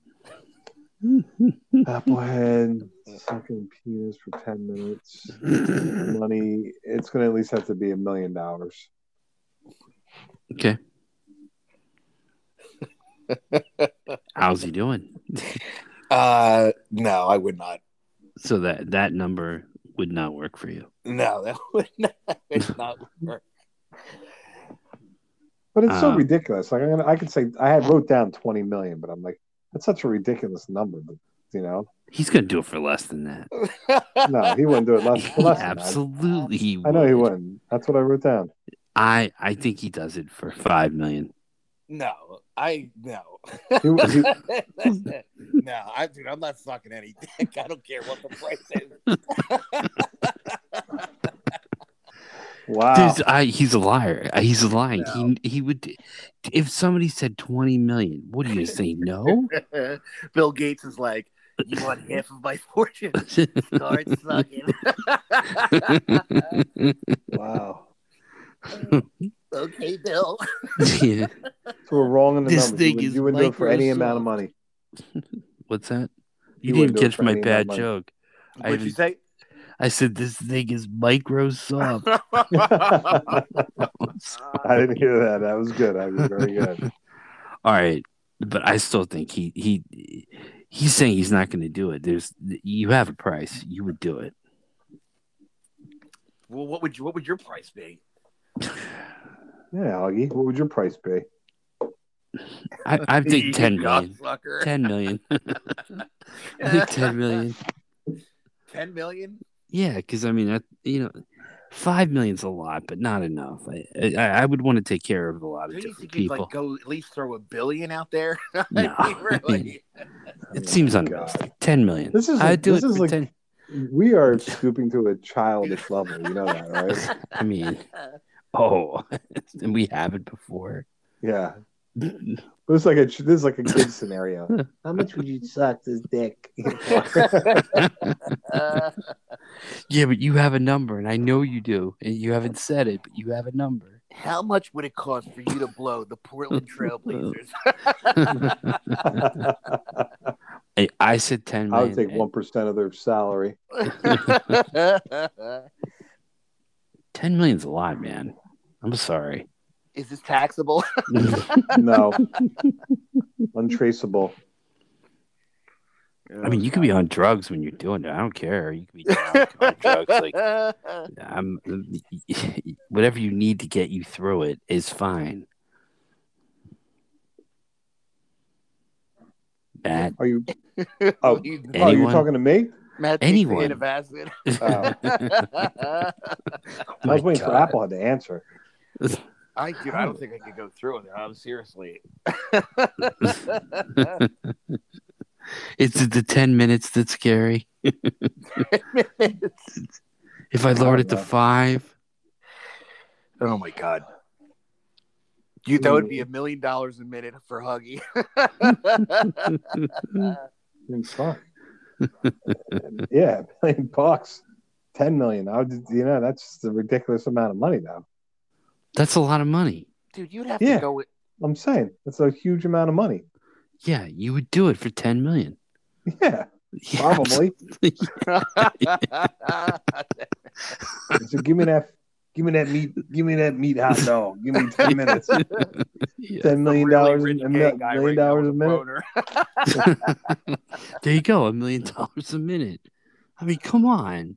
Speaker 2: Applehead sucking penis for ten minutes. Money. It's gonna at least have to be a million dollars.
Speaker 1: Okay. How's he doing?
Speaker 4: Uh, no, I would not.
Speaker 1: *laughs* so that that number would not work for you.
Speaker 4: No, that *laughs* would not, it's not work.
Speaker 2: But it's so
Speaker 1: Um,
Speaker 2: ridiculous. Like I'm gonna, I could say I had wrote down 20 million, but I'm like, that's such a ridiculous number. But you know,
Speaker 1: He's gonna do it for less than that.
Speaker 2: no, he wouldn't do
Speaker 1: *laughs*
Speaker 2: it less.
Speaker 1: He
Speaker 2: Oh, For less than that.
Speaker 1: absolutely. he
Speaker 2: I know he
Speaker 1: would.
Speaker 2: wouldn't. That's what I wrote down.
Speaker 1: I I think he does it for five million.
Speaker 4: *laughs* No, I *laughs* no.
Speaker 1: *laughs*
Speaker 2: He, he,
Speaker 4: no, I dude, I'm not fucking any dick. I don't care what the price is.
Speaker 2: wow.
Speaker 1: Dude, I, he's a liar. Uh, He's lying. He he would if somebody said twenty million. What do you say?
Speaker 2: *laughs*
Speaker 1: No. *laughs*
Speaker 4: *laughs* Bill Gates is like, you want half of my fortune?
Speaker 3: Start
Speaker 4: *laughs*
Speaker 3: sucking.
Speaker 2: Wow.
Speaker 3: okay, Bill.
Speaker 1: Yeah.
Speaker 2: So we're wrong in the
Speaker 1: This
Speaker 2: numbers.
Speaker 1: thing
Speaker 2: you would,
Speaker 1: is
Speaker 2: you would do it for any amount of
Speaker 1: Microsoft.
Speaker 2: money.
Speaker 1: What's that?
Speaker 2: He
Speaker 1: You
Speaker 2: wouldn't
Speaker 1: didn't
Speaker 2: do it
Speaker 1: catch
Speaker 2: for
Speaker 1: my
Speaker 2: any amount
Speaker 1: bad
Speaker 2: of money.
Speaker 1: joke. I
Speaker 4: What'd you
Speaker 1: was-
Speaker 4: *laughs* say?
Speaker 1: I said this thing is
Speaker 2: *laughs*
Speaker 1: Microsoft. *laughs*
Speaker 2: I didn't hear that. That was good. That was very *laughs* good.
Speaker 1: All right, but I still think he he he's saying he's not going to do it. There's you have a price. You would do it.
Speaker 4: well, what would you? What would your price be?
Speaker 2: Yeah, Augie, what would your price be?
Speaker 1: I
Speaker 2: *laughs*
Speaker 1: I
Speaker 4: You
Speaker 1: think ten million.
Speaker 4: cocksucker.
Speaker 1: Ten million.
Speaker 4: *laughs*
Speaker 1: I think
Speaker 2: *laughs*
Speaker 1: ten million.
Speaker 4: Ten million?
Speaker 1: Yeah, because I mean, I, you know, five million's a lot, but not enough. I I, I would want to take care of a lot of
Speaker 4: Don't you
Speaker 1: different
Speaker 4: think you'd
Speaker 1: people.
Speaker 4: like go at least throw a billion
Speaker 1: *laughs*
Speaker 4: out there? *laughs*
Speaker 2: *laughs*
Speaker 1: No.
Speaker 4: I mean, really?
Speaker 1: it seems
Speaker 2: oh my
Speaker 1: unrealistic. Ten million.
Speaker 2: This is
Speaker 1: I
Speaker 2: like,
Speaker 1: do
Speaker 2: this
Speaker 1: it
Speaker 2: is
Speaker 1: for
Speaker 2: like
Speaker 1: 10
Speaker 2: we are scooping to a childish level. You know that, right?
Speaker 1: I mean, oh, *laughs* and we have it before.
Speaker 2: *laughs* Yeah. It was like a this is like a kid scenario. How much would you suck this *laughs* dick?
Speaker 3: Uh,
Speaker 1: Yeah, but you have a number, and I know you do, and you haven't said it, but you have a number.
Speaker 4: *laughs* How much would it cost for you to blow the Portland *laughs* Trailblazers?
Speaker 1: I, I said ten
Speaker 2: I
Speaker 1: million.
Speaker 2: would take one percent of their salary.
Speaker 1: Ten million's a lot, man. I'm sorry.
Speaker 4: Is this *laughs* taxable?
Speaker 1: *laughs*
Speaker 2: No, untraceable.
Speaker 1: I mean, you could be on drugs when you're doing it. I don't care. You could be drunk, on drugs. Like
Speaker 4: Oh,
Speaker 1: I'm, *laughs* whatever you need to get you through it is fine. Matt,
Speaker 2: Are you? Oh, oh, you're
Speaker 1: Anyone?
Speaker 2: talking to me?
Speaker 4: Matt
Speaker 1: Anyone.
Speaker 4: Anyone. acid.
Speaker 2: *laughs* Oh, I
Speaker 1: Oh *laughs* my
Speaker 2: was waiting for
Speaker 1: God.
Speaker 2: Apple to answer.
Speaker 4: *laughs* I dude, I don't think I could go through with it. I'm
Speaker 2: *laughs*
Speaker 4: seriously.
Speaker 1: It's the ten minutes that's scary. If I lowered it to
Speaker 2: know.
Speaker 1: five,
Speaker 4: oh my god. You that would be a million dollars a minute for Huggy.
Speaker 2: It's
Speaker 4: *laughs*
Speaker 2: fine. yeah, a million bucks, ten million. I would, you know, that's a ridiculous amount of money now.
Speaker 1: that's a lot of money.
Speaker 4: Dude, you'd have
Speaker 2: Yeah.
Speaker 4: to go *laughs* with
Speaker 2: I'm saying that's a huge amount of money. *laughs*
Speaker 1: Yeah, you would do it for ten million. *laughs*
Speaker 2: Yeah,
Speaker 1: Yeah,
Speaker 2: probably. so give me that, give me that meat, give me that meat hot dog. Give me
Speaker 4: *laughs*
Speaker 2: ten minutes,
Speaker 1: yeah. *laughs*
Speaker 2: ten million dollars,
Speaker 4: Really rich
Speaker 2: a
Speaker 4: gay
Speaker 2: mil-
Speaker 4: guy
Speaker 2: million
Speaker 4: right now
Speaker 2: dollars a
Speaker 4: with
Speaker 2: minute.
Speaker 4: boner.
Speaker 1: There you go, a million dollars a minute. I mean, come on.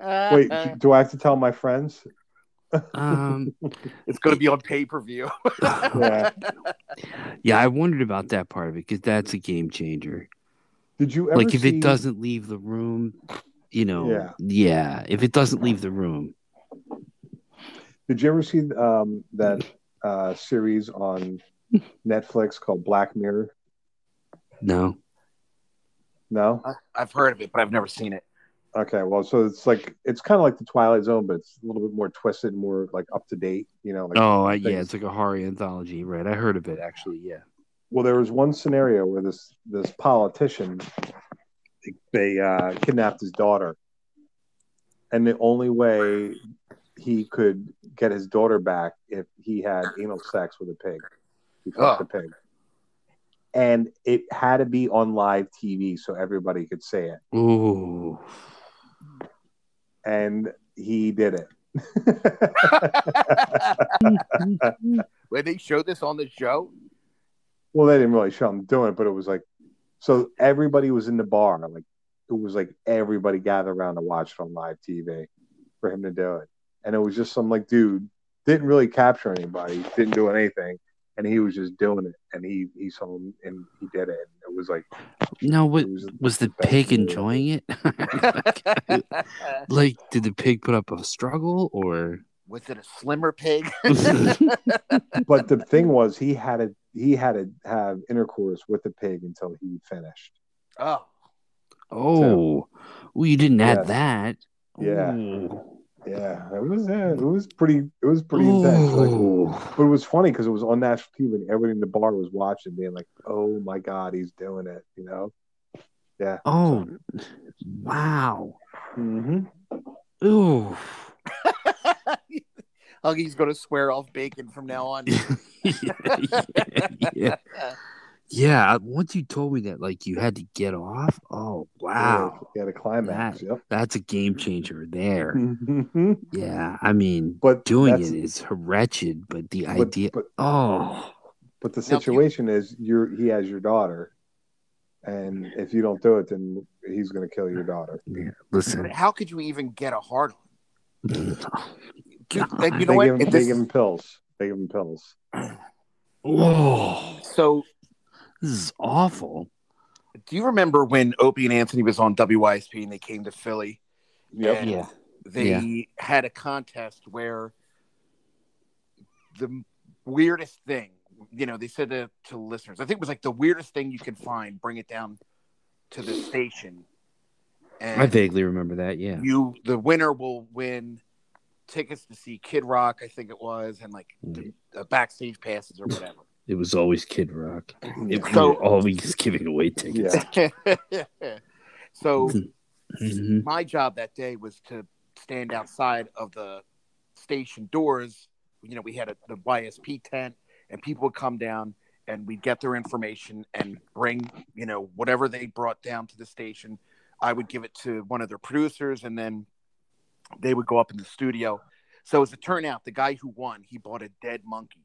Speaker 2: Wait,
Speaker 4: *laughs*
Speaker 2: do I have to tell my friends?
Speaker 1: Um, *laughs*
Speaker 4: it's going to be on pay per view.
Speaker 2: Yeah.
Speaker 1: yeah, I wondered about that part of it because that's a game changer.
Speaker 2: Did you ever
Speaker 1: Like, if
Speaker 2: see-
Speaker 1: it doesn't leave the room, you know, yeah.
Speaker 2: Yeah.
Speaker 1: if it doesn't leave the room,
Speaker 2: Did you ever see um, that uh, series on Netflix called Black Mirror?
Speaker 1: no.
Speaker 2: No.
Speaker 4: *laughs* I've heard of it, but I've never seen it.
Speaker 2: Okay, well, so it's like it's kind of like the Twilight Zone, but it's a little bit more twisted, more like up to date. You know, like
Speaker 1: Oh, I, yeah,
Speaker 2: things.
Speaker 1: it's like a horror anthology, right? I heard of it actually. Yeah.
Speaker 2: well, there was one scenario where this this politician they uh, kidnapped his daughter, and the only way he could get his daughter back if he had anal sex with a pig. He fucked
Speaker 4: Oh.
Speaker 2: a pig, and it had to be on live TV so everybody could see it,
Speaker 1: Ooh.
Speaker 2: and he did it. *laughs*
Speaker 4: When they show this on the *laughs* show,
Speaker 2: Well, they didn't really show him doing it, but it was like, so everybody was in the bar, like it was like everybody gathered around to watch it on live TV for him to do it. And it was just some like dude didn't really capture anybody, didn't do anything, and he was just doing it. And he he saw him and he did it. And it was like
Speaker 1: Now, what
Speaker 2: it was
Speaker 1: was the
Speaker 2: That's
Speaker 1: pig
Speaker 2: weird.
Speaker 1: enjoying it? *laughs* like, did the pig put up a struggle or?
Speaker 2: *laughs*
Speaker 4: Was it a slimmer pig?
Speaker 2: but the thing was he had to he had to have intercourse with the pig until he finished.
Speaker 4: oh, *laughs*
Speaker 1: Oh, well, you didn't add
Speaker 2: Yeah.
Speaker 1: that.
Speaker 2: Yeah.
Speaker 1: Ooh.
Speaker 2: Yeah, it was uh, it was pretty it was pretty intense. Like,
Speaker 1: Ooh.
Speaker 2: but it was funny because it was on national TV and everybody in the bar was watching, being like, "Oh my god, he's doing it!" You know?
Speaker 1: oh, wow.
Speaker 2: Mm-hmm.
Speaker 1: Ooh. *laughs*
Speaker 4: Huggy's gonna swear off bacon from now
Speaker 2: *laughs*
Speaker 4: on.
Speaker 1: yeah, yeah. Once you told me that, like, you had to get off. Oh, wow.
Speaker 2: Yeah, the climax. Yep.
Speaker 1: That's a game changer there.
Speaker 2: Mhm.
Speaker 1: Yeah. I mean,
Speaker 2: But
Speaker 1: doing
Speaker 2: that's-
Speaker 1: it is wretched, but the
Speaker 2: But,
Speaker 1: idea.
Speaker 2: but
Speaker 1: Oh,
Speaker 2: but the
Speaker 4: if you-
Speaker 2: situation is you're he has your daughter, and if you don't do it, then he's gonna kill your daughter.
Speaker 1: yeah. Listen.
Speaker 4: How could you even get a hard on? Dude,
Speaker 1: God.
Speaker 4: like, you know
Speaker 2: they
Speaker 4: what?
Speaker 2: give him,
Speaker 4: If
Speaker 2: they
Speaker 4: this-
Speaker 2: give him pills. They give him pills.
Speaker 1: Whoa.
Speaker 4: So,
Speaker 1: This is awful.
Speaker 4: do you remember when Opie and Anthony was on WISP and they came to Philly?
Speaker 2: Yep.
Speaker 4: And
Speaker 1: Yeah.
Speaker 4: They had a contest where the weirdest thing, you know, they said to, to listeners, I think it was like the weirdest thing you can find, bring it down to the station. And
Speaker 1: I vaguely remember that. Yeah.
Speaker 4: you, the winner will win tickets to see Kid Rock, I think it was, and like uh, backstage passes
Speaker 1: *laughs*
Speaker 4: or whatever. *laughs*
Speaker 1: It was always Kid Rock. It
Speaker 4: we
Speaker 1: was
Speaker 4: So- were
Speaker 1: always giving away tickets.
Speaker 2: tickets. *laughs*
Speaker 4: so
Speaker 1: Mm-hmm.
Speaker 4: my job that day was to stand outside of the station doors. You know, we had a, the YSP tent, and people would come down and we'd get their information and bring, you know, whatever they brought down to the station. I would give it to one of their producers, and then they would go up in the studio. So, as it turned out, the guy who won, he bought a dead monkey.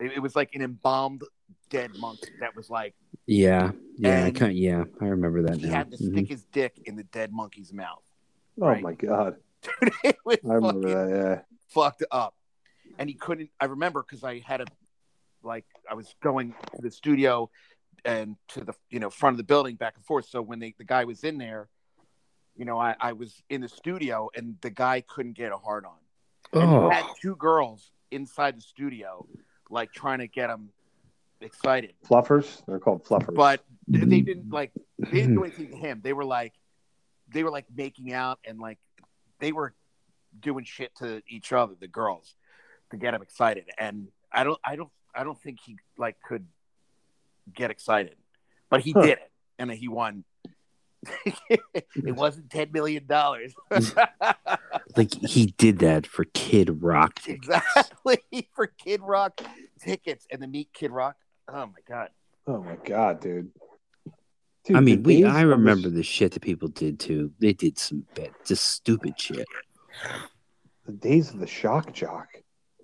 Speaker 4: It, it was like an embalmed dead monkey that was like,
Speaker 1: Yeah. Yeah. I
Speaker 4: And-
Speaker 1: can't, yeah. I remember that
Speaker 4: he
Speaker 1: now.
Speaker 4: had to
Speaker 1: Mhm.
Speaker 2: Mm-hmm.
Speaker 4: stick his dick in the dead monkey's mouth. *laughs*
Speaker 2: Oh
Speaker 4: Right.
Speaker 2: my god,
Speaker 4: Dude, it was
Speaker 2: I remember
Speaker 4: fucking
Speaker 2: that. Yeah.
Speaker 4: fucked up. And he couldn't. I remember because I had a, like, I was going to the studio and to the, you know, front of the building back and forth. So when they, the guy was in there, you know, I, I was in the studio and the guy couldn't get a hard on. And
Speaker 1: Oh,
Speaker 4: he had two girls inside the studio, like, trying to get him excited.
Speaker 2: Fluffers. They're called fluffers.
Speaker 4: But they, they didn't, like, they didn't do anything to him. They were like, they were like making out and like they were doing shit to each other, the girls, to get him excited. And I don't, I don't, I don't think he like could get excited, but he
Speaker 2: Huh.
Speaker 4: did it, and he won. *laughs* it wasn't ten million dollars.
Speaker 1: like he did that for Kid Rock. tickets.
Speaker 4: *laughs* exactly *laughs* for Kid Rock tickets and the meet Kid Rock. Oh my god!
Speaker 2: oh my god, dude. Dude,
Speaker 1: I mean,
Speaker 2: the
Speaker 1: we.
Speaker 2: days
Speaker 1: I
Speaker 2: of this-
Speaker 1: remember the shit that people did too. They did some bad, just stupid shit.
Speaker 2: the days of the shock jock.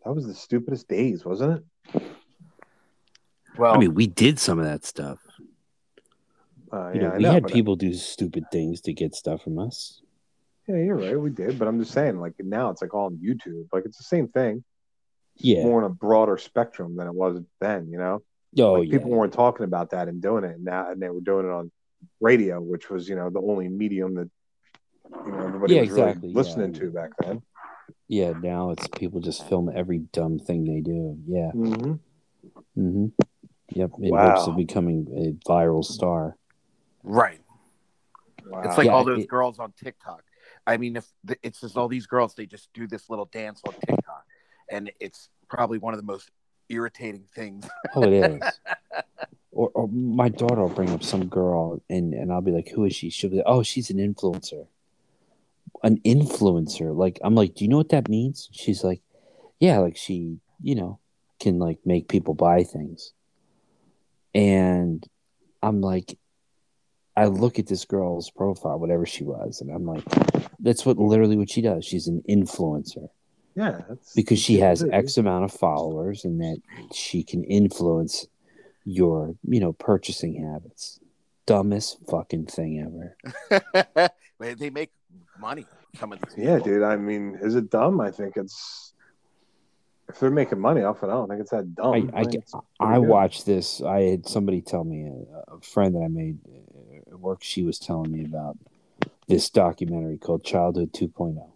Speaker 2: That was the stupidest days, wasn't it?
Speaker 4: Well,
Speaker 2: Oh.
Speaker 1: I mean, we did some of that stuff.
Speaker 2: Uh,
Speaker 1: You
Speaker 2: yeah,
Speaker 1: know,
Speaker 2: I
Speaker 1: we
Speaker 2: know,
Speaker 1: had
Speaker 2: but-
Speaker 1: people do stupid things to get stuff from us.
Speaker 2: Yeah, you're right. We did, but I'm just saying, like now it's like all on YouTube. Like it's the same thing,
Speaker 1: Yeah.
Speaker 2: more on a broader spectrum than it was then. You know,
Speaker 1: Oh,
Speaker 2: Like,
Speaker 1: yeah.
Speaker 2: people weren't talking about that and doing it and now, and they were doing it on radio, which was you know the only medium that you know everybody
Speaker 1: Yeah,
Speaker 2: was
Speaker 1: exactly,
Speaker 2: really
Speaker 1: yeah.
Speaker 2: listening to back then.
Speaker 1: Yeah. Now it's people just film every dumb thing they do. Yeah.
Speaker 2: Mm-hmm.
Speaker 1: Mm-hmm. Yep. In hopes
Speaker 2: Wow.
Speaker 1: of becoming a viral star.
Speaker 4: right.
Speaker 2: Wow.
Speaker 4: It's like
Speaker 1: Yeah,
Speaker 4: all those
Speaker 1: it-
Speaker 4: girls on TikTok. I mean, if th- it's just all these girls, they just do this little dance on TikTok, and it's probably one of the most irritating things. *laughs*
Speaker 1: Oh, it is. or, or my daughter will bring up some girl, and and I'll be like, "Who is she?" She'll be like, "Oh, she's an influencer." An influencer, like I'm like, do you know what that means? She's like, yeah, like she, you know, can like make people buy things. And I'm like, I look at this girl's profile, whatever she was, and I'm like, that's what literally what she does. She's an influencer
Speaker 2: yeah, that's,
Speaker 1: because she has
Speaker 2: Really?
Speaker 1: X amount of followers and that she can influence your, you know, purchasing habits. dumbest fucking thing ever.
Speaker 4: Man, they make money. Some of these
Speaker 2: Yeah,
Speaker 4: people.
Speaker 2: dude. I mean, is it dumb? I think it's if they're making money off it, I don't think it's that dumb.
Speaker 1: I, I,
Speaker 2: think it's
Speaker 1: I
Speaker 2: good.
Speaker 1: watched this. I had somebody tell me a, a friend that I made uh, at work. She was telling me about this documentary called Childhood oh. 2.0,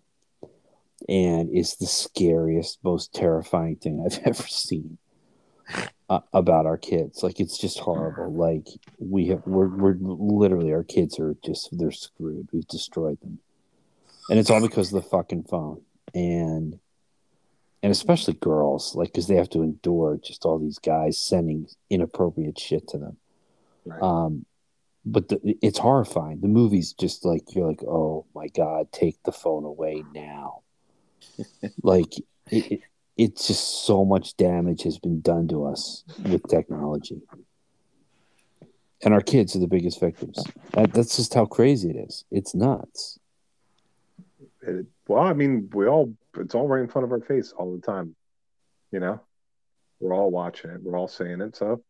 Speaker 1: and it's the scariest, most terrifying thing I've *laughs* ever seen uh, about our kids. Like it's just horrible. Like we have, we're, we're literally our kids are just they're screwed. We've destroyed them, and it's all because of the fucking phone and and especially girls, like because they have to endure just all these guys sending inappropriate shit to them.
Speaker 2: Right.
Speaker 1: Um, but the, it's horrifying. The movie's just like you're like, oh my god, take the phone away now. like it, it, it's just so much damage has been done to us with technology, and our kids are the biggest victims. That, that's just how crazy it is. It's nuts.
Speaker 2: It- well, I mean, we all it's all right in front of our face all the time. You know, we're all watching it. We're all saying it. So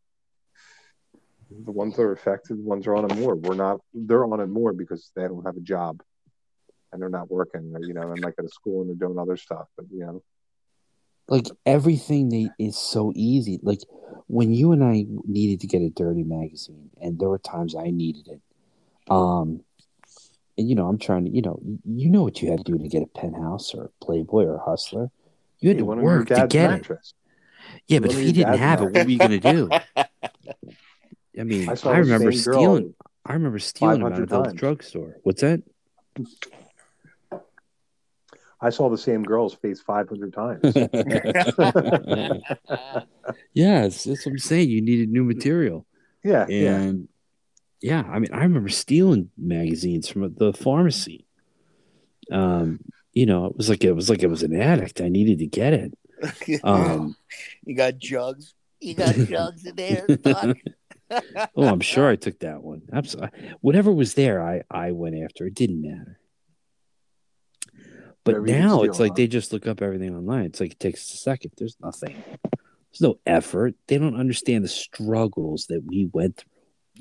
Speaker 2: the ones that are affected, the ones are on it more. We're not. They're on it more because they don't have a job and they're not working. Or, you know, and like at a school and they're doing other stuff. But you know,
Speaker 1: like everything they is so easy. Like when you and I needed to get a dirty magazine, and there were times I needed it. Um, and you know, I'm trying to, you know, you know what you had to do to get a penthouse or a Playboy or a Hustler. You had to
Speaker 2: one of your
Speaker 1: work to
Speaker 2: dad's
Speaker 1: get it.
Speaker 2: mattress.
Speaker 1: Yeah, but if
Speaker 2: one of
Speaker 1: he
Speaker 2: your
Speaker 1: didn't
Speaker 2: dad's
Speaker 1: have it, what were you gonna
Speaker 2: *laughs*
Speaker 1: do? I mean,
Speaker 2: I
Speaker 1: I,
Speaker 2: saw the
Speaker 1: remember
Speaker 2: same girl
Speaker 1: stealing. I remember stealing them out
Speaker 2: 500
Speaker 1: of the
Speaker 2: times.
Speaker 1: drugstore. What's that?
Speaker 2: I saw the same girl's face
Speaker 1: *laughs*
Speaker 2: 500 times. *laughs*
Speaker 1: yes, that's what I'm saying. You needed new material.
Speaker 2: yeah, yeah.
Speaker 1: and yeah. I mean, I remember stealing magazines from the pharmacy. Um, you know, it was like it was like it was an addict. I needed to get it.
Speaker 4: *laughs*
Speaker 1: Um,
Speaker 3: you got jugs. You got jugs in there. Doc?
Speaker 4: *laughs*
Speaker 1: oh, I'm sure I took that one. Absolutely, whatever was there, I I went after. It didn't matter. But
Speaker 2: Whatever you
Speaker 1: now
Speaker 2: steal,
Speaker 1: it's like
Speaker 2: huh?
Speaker 1: they just look up everything online. It's like it takes a second. There's nothing. There's no effort. They don't understand the struggles that we went through.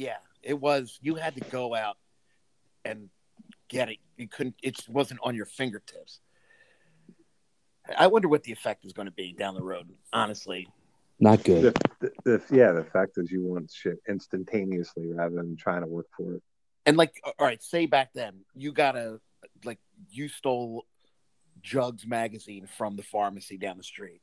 Speaker 4: Yeah, it was. You had to go out and get it. You couldn't. It just wasn't on your fingertips. I wonder what the effect is going to be down the road. Honestly,
Speaker 1: Not good.
Speaker 2: The, the, the, yeah, the fact is you want shit instantaneously rather than trying to work for it.
Speaker 4: and like, all right, say back then you gotta like you stole Jugs magazine from the pharmacy down the street.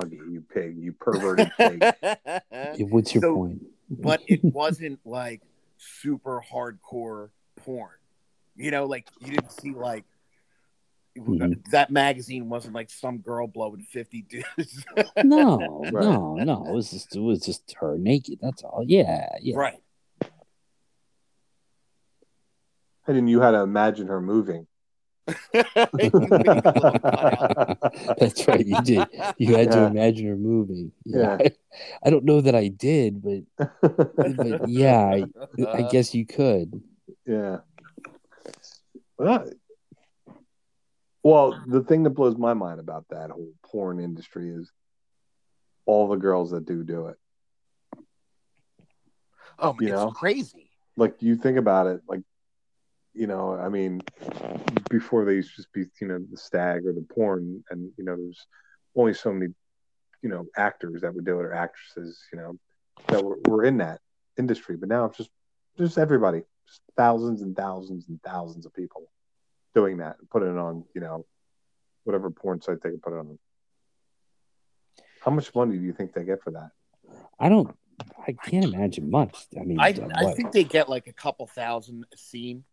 Speaker 2: Huggy, you pig, you perverted
Speaker 1: *laughs*
Speaker 2: pig.
Speaker 1: Yeah, What's your
Speaker 4: So-
Speaker 1: point?
Speaker 4: *laughs* but it wasn't like super hardcore porn. You know, like you didn't see like
Speaker 1: Mhm.
Speaker 2: Mm-hmm.
Speaker 4: that magazine wasn't like some girl blowing fifty dudes.
Speaker 1: *laughs*
Speaker 4: *laughs*
Speaker 1: No,
Speaker 2: *laughs* Right.
Speaker 1: no, no. It was just it was just her naked. That's all. Yeah, yeah.
Speaker 4: Right. *laughs*
Speaker 2: And then you had to imagine
Speaker 1: *laughs*
Speaker 2: her moving. *laughs*
Speaker 1: *laughs* That's right. You
Speaker 2: *laughs*
Speaker 1: did. You had to
Speaker 2: Yeah.
Speaker 1: imagine her moving.
Speaker 2: Yeah.
Speaker 1: *laughs* I, don't know that I did, but,
Speaker 2: *laughs*
Speaker 1: but yeah, I,
Speaker 4: Uh,
Speaker 1: I guess you could.
Speaker 2: yeah. Well, well, the thing that blows my mind about that whole porn industry is all the girls that do do it.
Speaker 4: oh, man,
Speaker 2: you
Speaker 4: it's
Speaker 2: know?
Speaker 4: crazy.
Speaker 2: like you think about it, like you know, I mean, before they used to just be you know the stag or the porn, and you know there's only so many you know actors that would do it or actresses, you know, that were, were in that industry. But now it's just just everybody, just thousands and thousands and thousands of people doing that and putting it on you know whatever porn site they can put it on. How much money do you think they get for that?
Speaker 1: I don't. I can't imagine much. I mean,
Speaker 4: I
Speaker 1: uh,
Speaker 4: I
Speaker 1: what?
Speaker 4: think they get like a couple thousand a scene.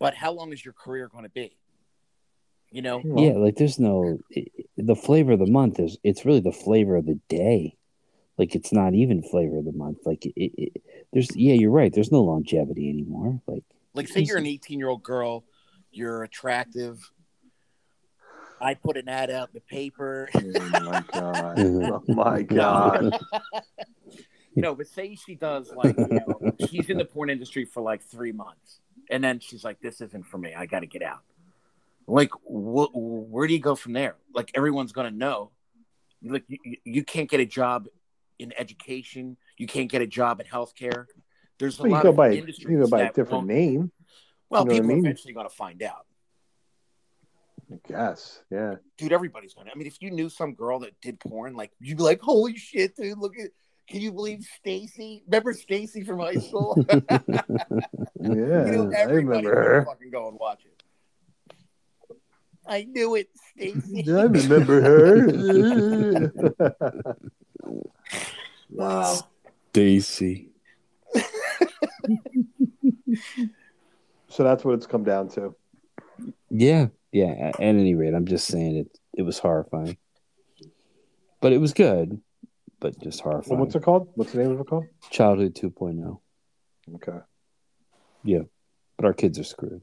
Speaker 4: But how long is your career going to be? You know,
Speaker 1: yeah, like there's no i- i- the flavor of the month is it's really the flavor of the day. Like it's not even flavor of the month. Like it, it, it- there's yeah, you're right. There's no longevity anymore. Like
Speaker 4: Like, say you're an 18 year old girl, you're attractive. I put an ad out in the paper.
Speaker 2: Oh my god! Oh my god!
Speaker 4: No, but say she does, like, you know, she's in the porn industry for like three months. And then she's like, this isn't for me. I got to get out. Like, wh- where do you go from there? Like, everyone's going to know. Like, you, you- you can't get a job in education, you can't get a job in healthcare. There's a
Speaker 2: Well, you
Speaker 4: lot
Speaker 2: go
Speaker 4: of
Speaker 2: by you
Speaker 4: industries
Speaker 2: can go by a
Speaker 4: that
Speaker 2: different
Speaker 4: won't-
Speaker 2: name,
Speaker 4: Well,
Speaker 2: you know what I
Speaker 4: people are
Speaker 2: mean?
Speaker 4: eventually going to find out.
Speaker 2: I guess. Yeah.
Speaker 4: dude, everybody's gonna. I mean, if you knew some girl that did porn, like you'd be like, "Holy shit, dude! Look at, can you believe Stacy? Remember Stacy from
Speaker 2: *laughs*
Speaker 4: high school?
Speaker 2: Yeah.
Speaker 4: you know,
Speaker 2: I
Speaker 4: everybody's
Speaker 2: remember
Speaker 4: gonna
Speaker 2: her.
Speaker 4: fucking go and watch it.
Speaker 3: I knew it, Stacy.
Speaker 2: I remember
Speaker 1: *laughs*
Speaker 2: her.
Speaker 4: Wow,
Speaker 1: Daisy.
Speaker 2: so that's what it's come down to.
Speaker 1: Yeah, yeah. a- At any rate, I'm just saying it. It was horrifying, but it was good, but just
Speaker 2: Well,
Speaker 1: horrifying.
Speaker 2: what's it called? What's the name of it called?
Speaker 1: Childhood oh. 2.0.
Speaker 2: Okay.
Speaker 1: But our kids are screwed.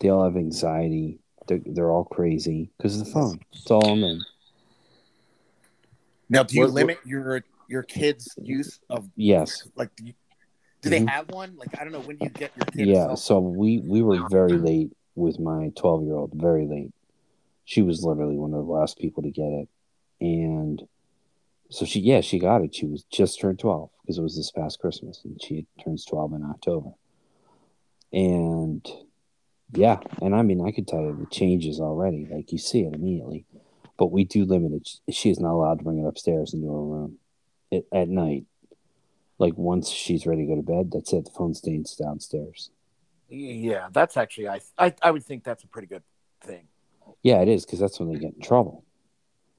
Speaker 1: They all have anxiety. They're they're all crazy because of the phone. It's all on them.
Speaker 4: now do you
Speaker 2: What- what-
Speaker 4: limit your your kids' use of
Speaker 1: Yes.
Speaker 4: like? Do, you, do
Speaker 2: Mm-hmm.
Speaker 4: they
Speaker 1: Mhm.
Speaker 4: have one? Like, I don't know when do you get your kids.
Speaker 1: Yeah.
Speaker 4: Yeah,
Speaker 1: So we we were very late with my 12 year old. Very late. She was literally one of the last people to get it, and so she yeah she got it. She was just turned 12 because it was this past Christmas, and she turns 12 in October. And yeah, and I mean I could tell you the changes already. Like you see it immediately. but we do limit it. She- She is not allowed to bring it upstairs into her room at, at night. Like once she's ready to go to bed, that's it. The phone stays downstairs.
Speaker 4: yeah, that's actually I, I I would think that's a pretty good thing.
Speaker 2: *laughs*
Speaker 1: Yeah, it is because that's when they get in trouble.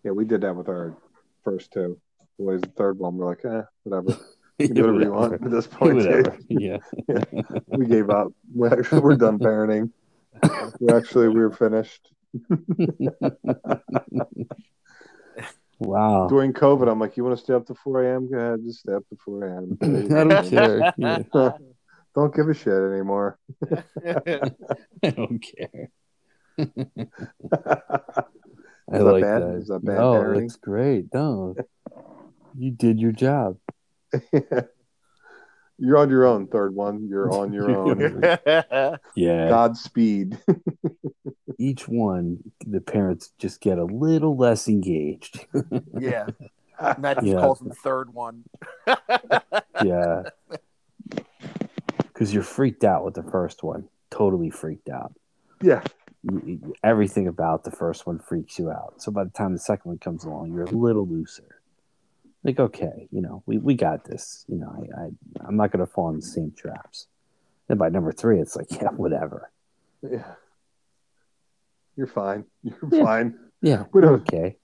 Speaker 2: Yeah, we did that with our first two. Boys, the third one, we're like, eh, whatever. *laughs* You
Speaker 1: *laughs*
Speaker 2: do whatever you want
Speaker 1: Whatever.
Speaker 2: at this point.
Speaker 1: Whatever. Yeah.
Speaker 2: *laughs* we gave up. We're, actually, we're done parenting. We're actually we were finished
Speaker 1: Wow.
Speaker 2: during COVID. I'm like, you want to stay up to 4 a.m. Go ahead, just stay up to
Speaker 1: *laughs*
Speaker 2: 4
Speaker 1: I
Speaker 2: a.m.
Speaker 1: don't care. Yeah,
Speaker 2: don't give a shit anymore.
Speaker 1: *laughs*
Speaker 2: *laughs*
Speaker 1: I don't care. I
Speaker 2: that
Speaker 1: like
Speaker 2: bad?
Speaker 1: that.
Speaker 2: Is that bad
Speaker 1: no,
Speaker 2: parenting?
Speaker 1: that's great. No, you did your job.
Speaker 2: *laughs* You're on your own, third one. You're on your own.
Speaker 1: Yeah.
Speaker 2: Godspeed. *laughs*
Speaker 1: Each one, the parents just get a little less engaged. *laughs*
Speaker 4: yeah, Matt just
Speaker 1: Yeah.
Speaker 4: calls him third one.
Speaker 1: yeah. Because you're freaked out with the first one. Totally freaked out.
Speaker 2: yeah.
Speaker 1: You- you- Everything about the first one freaks you out. So by the time the second one comes along, you're a little looser. Like, okay, you know, we, we got this. You know, I, I, I'm not going to fall in the same traps. Then by number three, it's like, *laughs* yeah, whatever.
Speaker 2: Yeah. You're fine. You're
Speaker 1: Yeah.
Speaker 2: fine.
Speaker 1: Yeah,
Speaker 2: We don't
Speaker 1: okay.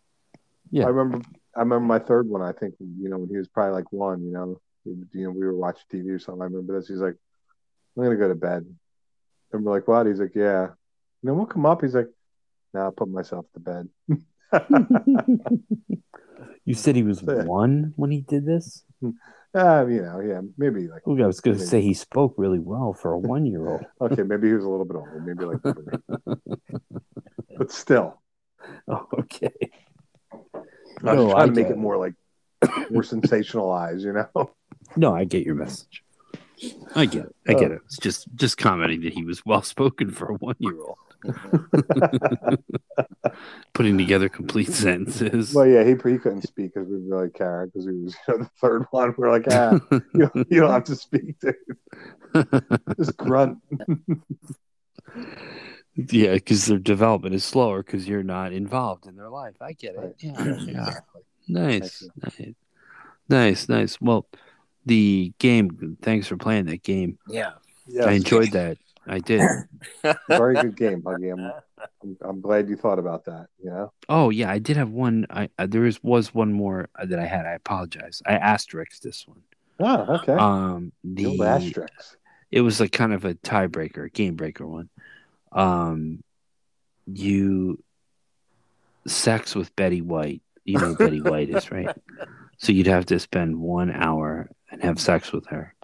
Speaker 2: I remember I remember my third one, I think, you know, when he was probably like one, you know, you know, we were watching TV or something. I remember this. He's like, I'm gonna go to bed. And we're like, what? He's like, Yeah. And then we'll come up. He's like, No, I'll put myself to bed. *laughs*
Speaker 1: you said he was
Speaker 2: Yeah.
Speaker 1: one when he did this?
Speaker 2: um, you know, yeah, maybe like
Speaker 1: Ooh, I was going to say he spoke really well for a one year old.
Speaker 2: okay, maybe he was a little bit older, maybe like *laughs* but still.
Speaker 1: *laughs* Oh, okay.
Speaker 2: I was
Speaker 1: No,
Speaker 2: trying
Speaker 1: I
Speaker 2: to make
Speaker 1: get
Speaker 2: it more like more sensationalized,
Speaker 1: *laughs*
Speaker 2: you know.
Speaker 1: No, I get your message. Oh. I get it. I get it. It's just just commenting that he was well spoken for a one year old. Putting together complete *laughs* sentences.
Speaker 2: Well, yeah, he, he couldn't speak because we were like Karen because he was you know, the third *laughs* one. We are like,
Speaker 1: *laughs*
Speaker 2: ah, you, don't- you don't have to speak, dude. Just grunt.
Speaker 1: yeah, because their development is slower because you're not involved in their life. I get it. Yeah.
Speaker 2: *clears throat*
Speaker 1: yeah. Nice, nice, nice, nice. Well, the game. Thanks for playing that game.
Speaker 4: Yeah,
Speaker 2: Yes.
Speaker 1: I enjoyed that. I did.
Speaker 2: Very good game, Huggy. I'm, I'm, I'm glad you thought about that. You know,
Speaker 1: Oh yeah, I did have one. I, I there is was one more uh, that I had. I apologize. I asterisked this one.
Speaker 2: oh, okay.
Speaker 1: Um,
Speaker 2: the old
Speaker 1: the
Speaker 2: asterisks.
Speaker 1: it was like kind of a tiebreaker, game breaker one. Um, you sex with Betty White. You know who Betty White is right. So you'd have to spend one hour and have sex with her.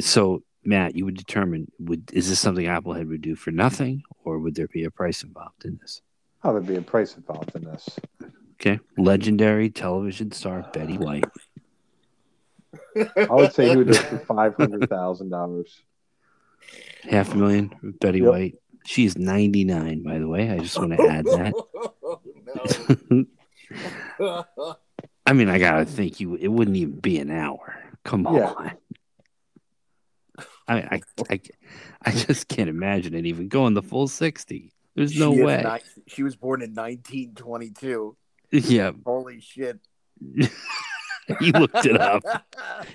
Speaker 1: So Matt, you would determine would is this something Applehead would do for nothing, or would there be a price involved in this?
Speaker 2: Oh, there'd be a price involved in this.
Speaker 1: Okay, legendary television star Betty White.
Speaker 2: I would say he would do it *laughs*
Speaker 4: *laughs*
Speaker 2: for five hundred thousand dollars.
Speaker 1: Half a million, with Betty
Speaker 2: Yep.
Speaker 1: White. She is 99, by the way. I just want to add that.
Speaker 4: no. *laughs*
Speaker 1: I mean, I gotta think you. It wouldn't even be an hour. Come on.
Speaker 2: Yeah.
Speaker 1: I, I, I, I just can't imagine it even going the full 60. There's no
Speaker 4: She is
Speaker 1: way.
Speaker 4: not- she was born in 1922.
Speaker 1: *laughs* Yeah.
Speaker 4: Holy shit.
Speaker 1: He looked it
Speaker 4: *laughs*
Speaker 1: up.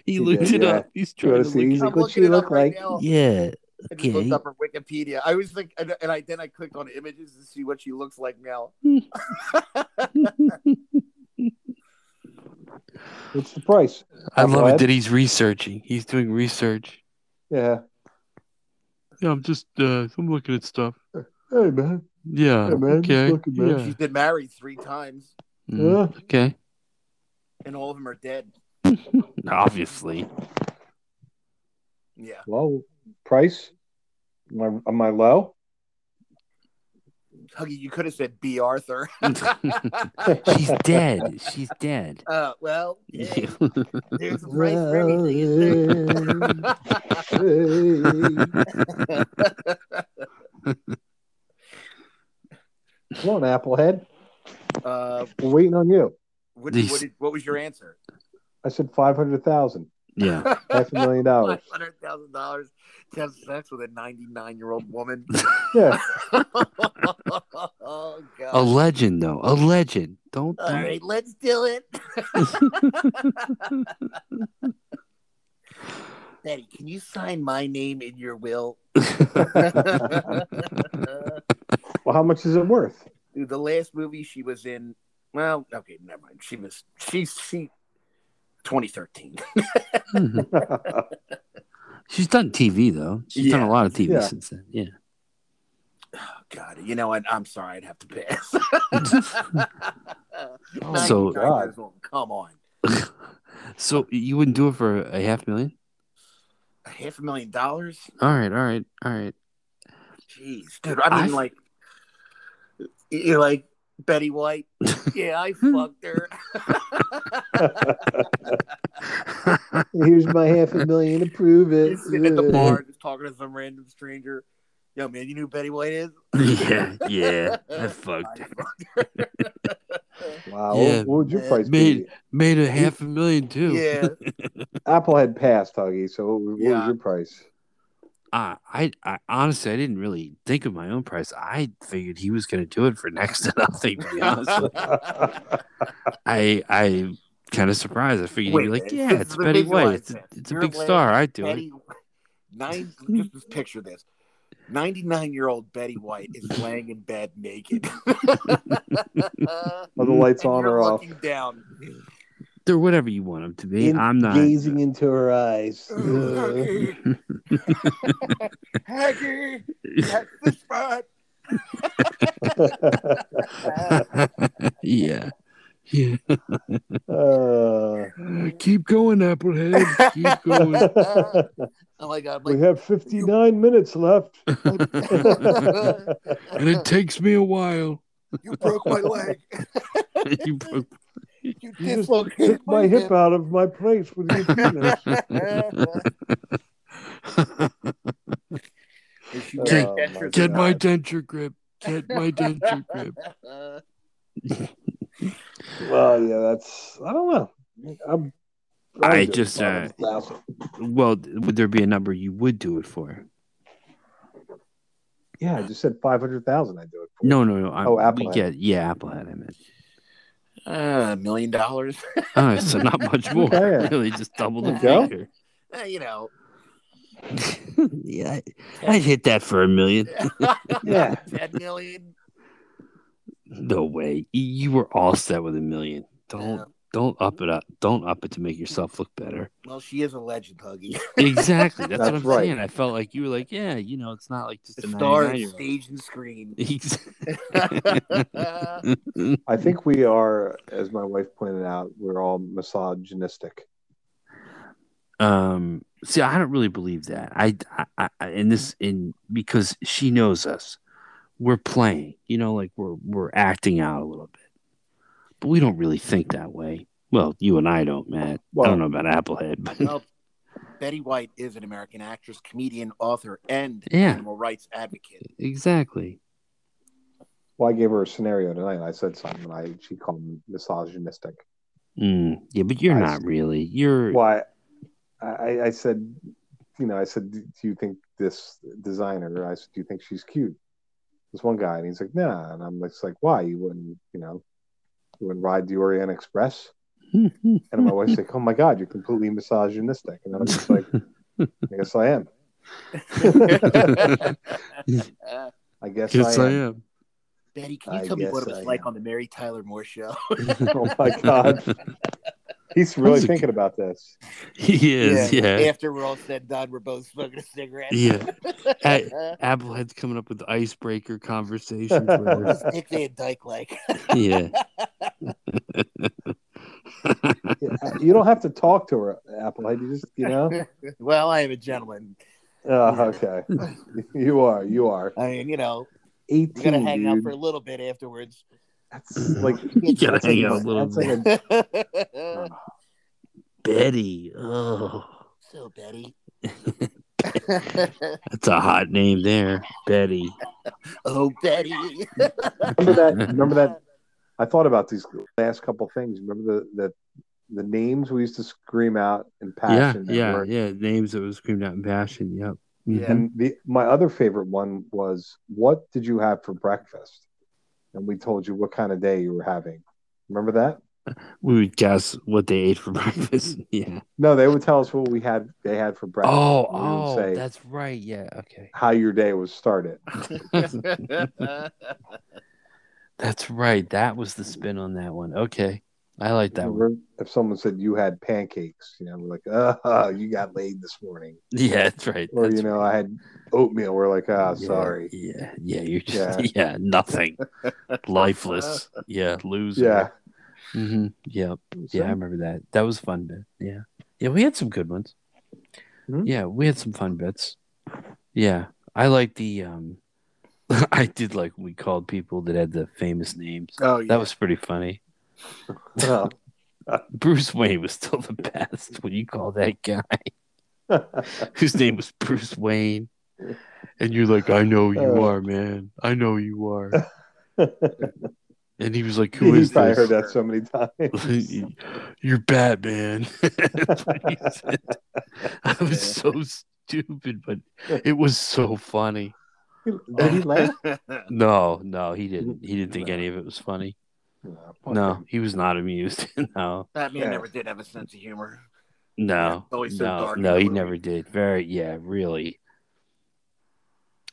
Speaker 1: He,
Speaker 2: He
Speaker 1: looked it
Speaker 2: did, yeah.
Speaker 1: up. He's
Speaker 2: You
Speaker 1: trying
Speaker 2: wanna
Speaker 1: to
Speaker 2: see?
Speaker 1: look
Speaker 2: He's
Speaker 1: it up.
Speaker 2: like,
Speaker 4: I'm
Speaker 2: what
Speaker 4: looking
Speaker 2: she
Speaker 4: it
Speaker 2: look
Speaker 4: up right
Speaker 2: like?
Speaker 4: now.
Speaker 1: Yeah.
Speaker 4: I just
Speaker 1: Okay.
Speaker 4: looked up her Wikipedia. I always think, and, and I then I clicked on images to see what she looks like now.
Speaker 2: What's the price?
Speaker 1: I love
Speaker 2: What?
Speaker 1: it that he's researching. He's doing research.
Speaker 2: Yeah.
Speaker 1: Yeah, I'm just uh, I'm looking at stuff.
Speaker 2: Hey man.
Speaker 1: Yeah.
Speaker 2: Yeah, man, just
Speaker 1: okay.
Speaker 2: looking, man.
Speaker 1: Yeah.
Speaker 4: She's been married three times,
Speaker 1: Mm,
Speaker 2: Yeah.
Speaker 1: Okay.
Speaker 4: and all of them are dead.
Speaker 1: Obviously.
Speaker 4: Yeah,
Speaker 2: Well, price. Am I, am I low?
Speaker 4: *laughs* Huggy, you could have said
Speaker 1: *laughs*
Speaker 4: B. Arthur. *laughs*
Speaker 1: She's dead. She's *laughs* dead.
Speaker 4: uh, well, hey, there's a price for everything. isn't
Speaker 2: Hey. *laughs*
Speaker 4: there?
Speaker 2: Come on, Applehead.
Speaker 4: *laughs* uh,
Speaker 2: We're waiting on you.
Speaker 4: what,
Speaker 1: These-
Speaker 4: what, did, what was your answer?
Speaker 2: I said five hundred thousand,
Speaker 1: yeah.
Speaker 4: *laughs*
Speaker 2: half a million dollars.
Speaker 4: Five hundred thousand dollars to have sex with a ninety-nine-year-old woman.
Speaker 2: Yeah.
Speaker 4: oh God!
Speaker 1: A legend though. A legend. Don't,
Speaker 3: All
Speaker 1: don't-
Speaker 3: right, let's do it.
Speaker 4: Betty, can you sign my name in your will?
Speaker 2: Well, how much is it worth? *laughs*
Speaker 4: Dude, the last movie she was in. Well, okay, never mind. She was she's she. 2013.
Speaker 1: Mhm. *laughs* She's done TV though. She's done
Speaker 4: Yeah.
Speaker 1: a lot of TV
Speaker 2: Yeah.
Speaker 1: since then. Yeah. *laughs*
Speaker 4: Oh, God, you know, and I'm sorry, I'd have to pass. *laughs*
Speaker 1: So-
Speaker 4: 99 years old, come on,
Speaker 1: So you wouldn't do it for a half million?
Speaker 4: a half a million dollars.
Speaker 1: All right, all right, all right.
Speaker 4: Jeez, dude. I mean,
Speaker 1: I-
Speaker 4: like, you're like Betty White. yeah, I fucked her.
Speaker 2: Here's my half a million to prove it.
Speaker 4: Just sitting at the bar, just talking to some random stranger. Yo, man, you knew who Betty White is?
Speaker 1: *laughs* *laughs* yeah, yeah. I fucked.
Speaker 4: I
Speaker 1: her.
Speaker 4: fucked
Speaker 2: Wow.
Speaker 1: Yeah.
Speaker 2: What, what would your price
Speaker 1: Man.
Speaker 2: be?
Speaker 1: Made a half a million
Speaker 4: her.
Speaker 1: too.
Speaker 4: Yeah,
Speaker 2: Applehead passed, Huggy. So what, what was
Speaker 4: Yeah.
Speaker 2: your price? *laughs*
Speaker 1: I, I, I honestly, I didn't really think of my own price. I figured he was going to do it for *laughs* next to nothing. To be honest, with you. I, I kind of surprised. I figured
Speaker 4: Wait
Speaker 1: he'd
Speaker 4: a
Speaker 1: be like,
Speaker 4: minute.
Speaker 1: "Yeah,
Speaker 4: This
Speaker 1: it's
Speaker 4: is a
Speaker 1: Betty
Speaker 4: visual
Speaker 1: White. It's a,
Speaker 4: accent.
Speaker 1: it's a
Speaker 4: You're
Speaker 1: big
Speaker 4: a lady.
Speaker 1: star. I do it."
Speaker 4: Betty. Nine. Just, just picture this. 99 year old Betty White is laying in bed naked.
Speaker 2: Are the lights on
Speaker 4: you're
Speaker 1: *laughs*
Speaker 2: or off?
Speaker 4: looking down.
Speaker 1: They're whatever you want him to be.
Speaker 2: In-
Speaker 1: I'm not.
Speaker 2: gazing into her
Speaker 4: *laughs*
Speaker 2: eyes. Ugh.
Speaker 4: Haggy, Haggy, that's the spot.
Speaker 1: *laughs* yeah, yeah.
Speaker 2: *laughs* Uh,
Speaker 1: Keep going, Applehead. Keep going.
Speaker 4: Oh my god,
Speaker 2: we
Speaker 4: like,
Speaker 2: have 59 minutes left.
Speaker 1: and it takes me a while.
Speaker 4: you broke my *laughs* leg.
Speaker 1: *laughs* You broke-
Speaker 4: You
Speaker 2: You just
Speaker 4: dislocated
Speaker 2: took my hip out of my place with your
Speaker 4: *laughs*
Speaker 2: penis.
Speaker 4: *laughs* She
Speaker 2: Oh,
Speaker 4: drank
Speaker 2: my
Speaker 4: that shit.
Speaker 1: Get my denture grip. Get my denture grip.
Speaker 4: Uh, *laughs*
Speaker 2: Well, yeah, that's, I don't know. I'm, I'm
Speaker 1: I
Speaker 2: doing
Speaker 1: just,
Speaker 2: fine.
Speaker 1: Well, would there be a number you would do it for?
Speaker 2: yeah, I just said 500,000. I do it. For.
Speaker 1: No, no, no. I'm,
Speaker 2: Oh,
Speaker 1: We
Speaker 2: Applehead.
Speaker 1: get, yeah, Applehead. I meant.
Speaker 4: Uh, a million dollars. *laughs*
Speaker 1: All right, so not
Speaker 2: *laughs*
Speaker 1: much more.
Speaker 2: Okay.
Speaker 1: Really, just double the
Speaker 2: There you
Speaker 1: figure.
Speaker 4: Uh, You know,
Speaker 1: yeah, I- I'd hit that for a million.
Speaker 2: Yeah.
Speaker 4: 10 million.
Speaker 1: No way. You- You were all set with a million. Don't
Speaker 4: Yeah.
Speaker 1: don't up it up. Don't up it to make yourself look better.
Speaker 4: Well, she is a legend, Huggy.
Speaker 1: Exactly. That's, what
Speaker 2: That's
Speaker 1: I'm
Speaker 2: right.
Speaker 1: saying. I felt like you were like, yeah, you know, it's not like just
Speaker 4: The
Speaker 1: a
Speaker 4: star
Speaker 1: ninety-nine
Speaker 4: of
Speaker 1: year old.
Speaker 4: stage
Speaker 1: *laughs*
Speaker 4: and screen.
Speaker 1: Ex-
Speaker 2: I think we are, as my wife pointed out, we're all misogynistic.
Speaker 1: um. See, I don't really believe that. I, I- I, I in this in because she knows us. We're playing. You know, like we're we're acting out a little bit, but we don't really think that way. Well, you and I don't, Matt. I
Speaker 2: Well-
Speaker 1: don't know about Applehead, but
Speaker 4: *laughs* Well, Betty White is an American actress, comedian, author, and
Speaker 1: Yeah.
Speaker 4: animal rights advocate.
Speaker 1: *laughs*
Speaker 4: *laughs*
Speaker 1: exactly.
Speaker 2: Well, I gave her a scenario tonight. I said something, and I she called me misogynistic.
Speaker 1: Mm, yeah, but you're
Speaker 2: I
Speaker 1: not *laughs*
Speaker 2: see.
Speaker 1: really. You're
Speaker 2: Why? I, I said, you know, I said, do do you think this designer? I said, do you think she's cute? This one guy, and he's like, nah. And I'm just like, why? You wouldn't, you know, you wouldn't ride the Orient Express? And my wife's like, oh my god, you're completely misogynistic. And I'm just like, I guess I am.
Speaker 4: Uh,
Speaker 2: I guess
Speaker 1: yes,
Speaker 2: I
Speaker 1: I
Speaker 2: am.
Speaker 1: am. *laughs*
Speaker 3: Betty, can you
Speaker 2: I
Speaker 3: tell me what it
Speaker 2: guess
Speaker 3: was
Speaker 2: I
Speaker 3: like
Speaker 2: am.
Speaker 3: on the Mary Tyler Moore
Speaker 1: *laughs*
Speaker 3: show?
Speaker 2: *laughs* Oh my god, he's really
Speaker 1: That's a-
Speaker 2: thinking about this.
Speaker 1: he
Speaker 3: *laughs*
Speaker 1: is. Yeah.
Speaker 3: After we're all said and done, we're both smoking a cigarette. *laughs*
Speaker 1: Yeah. Hey, Applehead's coming up with icebreaker conversations.
Speaker 3: What's
Speaker 1: *laughs* With
Speaker 2: *laughs*
Speaker 1: her.
Speaker 3: Dick Van Dyke like? *laughs*
Speaker 1: yeah.
Speaker 2: Yeah, You don't have to talk to her, Applehead. You just, you know.
Speaker 3: well, I am a gentleman.
Speaker 2: Oh, okay. *laughs* you are. You are.
Speaker 3: I mean, you know, we're
Speaker 2: 18,
Speaker 3: gonna hang out
Speaker 2: dude.
Speaker 3: for a little bit afterwards.
Speaker 2: That's like
Speaker 1: *laughs* you gotta
Speaker 2: that's
Speaker 1: hang
Speaker 2: like-
Speaker 1: out
Speaker 3: *laughs*
Speaker 1: a little
Speaker 2: that's like
Speaker 1: bit.
Speaker 2: a-
Speaker 1: Betty. Oh,
Speaker 3: so Betty. *laughs*
Speaker 1: that's a hot name there, Betty.
Speaker 3: oh Betty.
Speaker 2: remember
Speaker 1: *laughs*
Speaker 2: that. Remember that. I thought about these last couple things. Remember the the, the names we used to scream out in passion.
Speaker 1: yeah, yeah,
Speaker 2: were-
Speaker 1: yeah. Names that was screamed out in passion. Yep.
Speaker 4: Yeah.
Speaker 1: Mhm.
Speaker 2: And the my other favorite one was, "What did you have for breakfast?" And we told you what kind of day you were having. Remember that?
Speaker 1: We would guess what they ate for *laughs* breakfast. Yeah.
Speaker 2: No, they would tell us what we had. They had for breakfast.
Speaker 1: Oh,
Speaker 2: We would
Speaker 1: oh,
Speaker 2: say
Speaker 1: that's right. Yeah.
Speaker 2: *laughs*
Speaker 1: Okay. *laughs*
Speaker 2: how your day was started.
Speaker 3: *laughs*
Speaker 1: That's right. That was the spin on that one. Okay. I like that one.
Speaker 2: Remember if someone said you had pancakes, you know, we're like, "Uh, you got laid this morning,"
Speaker 1: Yeah, that's right.
Speaker 2: or
Speaker 1: that's
Speaker 2: you know, I had oatmeal. We're like, "Ah,
Speaker 1: Yeah,
Speaker 2: sorry."
Speaker 1: Yeah, yeah, you're just *laughs* yeah,
Speaker 2: *laughs*
Speaker 1: nothing, lifeless. Yeah, loser.
Speaker 2: Yeah,
Speaker 1: hmm Yep. Yeah, I
Speaker 2: So,
Speaker 1: remember that. That was fun bit. Yeah. Yeah, we had some good ones.
Speaker 2: Mhm.
Speaker 1: Yeah, we had some fun bits. Yeah. I like the um *laughs* I did like we called people that had the famous names.
Speaker 4: oh yeah.
Speaker 1: That was pretty funny.
Speaker 2: well,
Speaker 1: Bruce Wayne was still the *laughs* best when you call that guy whose name was Bruce Wayne. And you're like, I know you
Speaker 2: Uh.
Speaker 1: are, man. I know you
Speaker 2: *laughs*
Speaker 1: are. And he was like, *laughs* Who
Speaker 2: He's
Speaker 1: is
Speaker 2: *laughs* probably
Speaker 1: this?
Speaker 2: heard that so many times.
Speaker 1: You're Batman. *laughs* That's what he said. I was so stupid, but it was so funny. oh.
Speaker 2: Did *laughs* he laugh?
Speaker 1: No, no, he didn't. He didn't think any of it was funny. No, he was not amused. *laughs* no,
Speaker 4: Batman
Speaker 2: Yeah.
Speaker 4: never did have a sense of humor.
Speaker 1: no,
Speaker 4: Oh, he's so
Speaker 1: no,
Speaker 4: dark
Speaker 1: no.
Speaker 4: and
Speaker 1: He
Speaker 4: gloomy.
Speaker 1: never did. Very, yeah, really.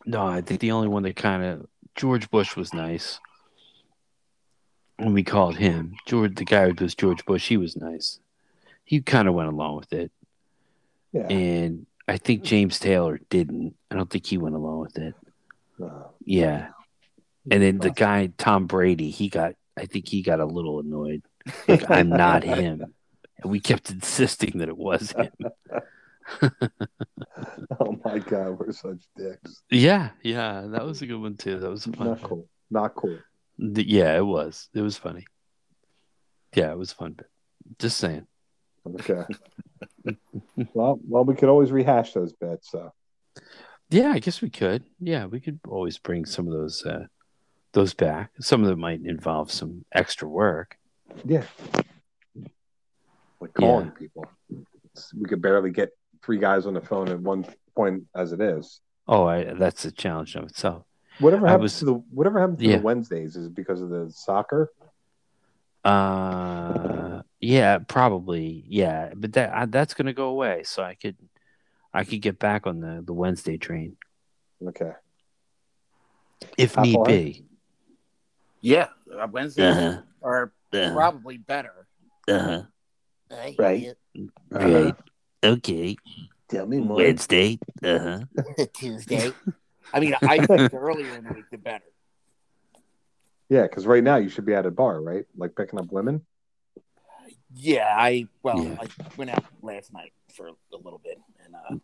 Speaker 1: No, I think the only one that kind of George Bush was nice. When we called him George, the guy who was George Bush, he was nice. He kind of went along with it.
Speaker 2: Yeah.
Speaker 1: and I think James Taylor didn't. I don't think he went along with it.
Speaker 2: No.
Speaker 1: Yeah, and then the
Speaker 2: *laughs*
Speaker 1: guy Tom Brady, he got. I think he got a little annoyed. *laughs* Like I'm not him, and we kept insisting that it was him.
Speaker 2: *laughs* Oh my god, we're such dicks.
Speaker 1: *laughs* Yeah, yeah, that was a good one too. That was a fun.
Speaker 2: Not cool. Not cool.
Speaker 1: Th- Yeah, it was. It was funny. Yeah, it was a fun. But just saying. *laughs*
Speaker 2: Okay. well, well, we could always rehash those bets. So
Speaker 1: Yeah, I guess we could. Yeah, we could always bring some of those uh, those back. Some of them might involve some extra work.
Speaker 2: yeah, like calling people. It's- We could barely get three guys on the phone at one point as it is.
Speaker 1: Oh, I, that's a challenge of itself.
Speaker 2: Whatever
Speaker 1: I
Speaker 2: happened
Speaker 1: was-
Speaker 2: to the whatever happened to
Speaker 1: Yeah.
Speaker 2: the Wednesdays is because of the soccer.
Speaker 1: Uh, yeah, probably. Yeah, but that I, that's gonna go away, so I could, I could get back on the the Wednesday train
Speaker 2: Okay.
Speaker 1: if need
Speaker 2: Apple, eh?
Speaker 1: be.
Speaker 4: Yeah, uh, Wednesdays are
Speaker 1: uh-huh,
Speaker 4: probably better.
Speaker 1: uh-huh.
Speaker 3: I hear
Speaker 2: Right.
Speaker 3: you.
Speaker 2: Uh-huh.
Speaker 1: Right. Okay.
Speaker 2: Tell me
Speaker 1: Wednesday. Uh huh.
Speaker 2: *laughs*
Speaker 3: Tuesday.
Speaker 4: I mean, I think the earlier in the week the better.
Speaker 2: Yeah, because right now you should be at a bar, right? Like picking up women.
Speaker 4: Yeah, I well,
Speaker 1: Yeah.
Speaker 4: I went out last night for a little bit, and uh,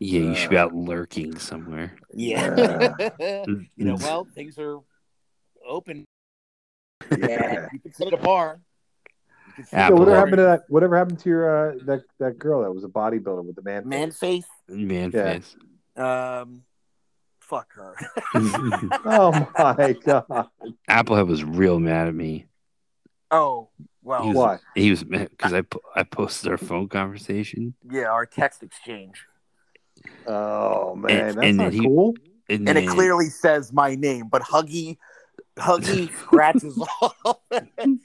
Speaker 1: Yeah, you should be
Speaker 2: Uh,
Speaker 1: out lurking somewhere.
Speaker 4: yeah, *laughs* you
Speaker 2: Mm.
Speaker 4: know, well, things are open.
Speaker 2: Yeah.
Speaker 4: You can sit at a bar. You can sit at
Speaker 2: So
Speaker 4: a
Speaker 1: Apple.
Speaker 2: whatever
Speaker 4: bar.
Speaker 2: happened to that? Whatever happened to your uh, that that girl that was a bodybuilder with the man?
Speaker 4: man face?
Speaker 1: man
Speaker 2: Yeah.
Speaker 1: face. *laughs*
Speaker 4: Um, fuck her.
Speaker 2: *laughs*
Speaker 4: *laughs*
Speaker 2: Oh my god!
Speaker 1: *laughs* Applehead was real mad at me.
Speaker 4: Oh, Well,
Speaker 1: He was-
Speaker 2: Why?
Speaker 1: He was mad because I, po- I posted our phone conversation.
Speaker 4: yeah, our text exchange,
Speaker 2: Oh man,
Speaker 1: And-
Speaker 2: that's
Speaker 1: and
Speaker 2: not
Speaker 1: then he-
Speaker 2: cool.
Speaker 1: And,
Speaker 4: and it
Speaker 1: then-
Speaker 4: clearly says my name, but Huggy,
Speaker 1: *laughs*
Speaker 4: Huggy scratches all.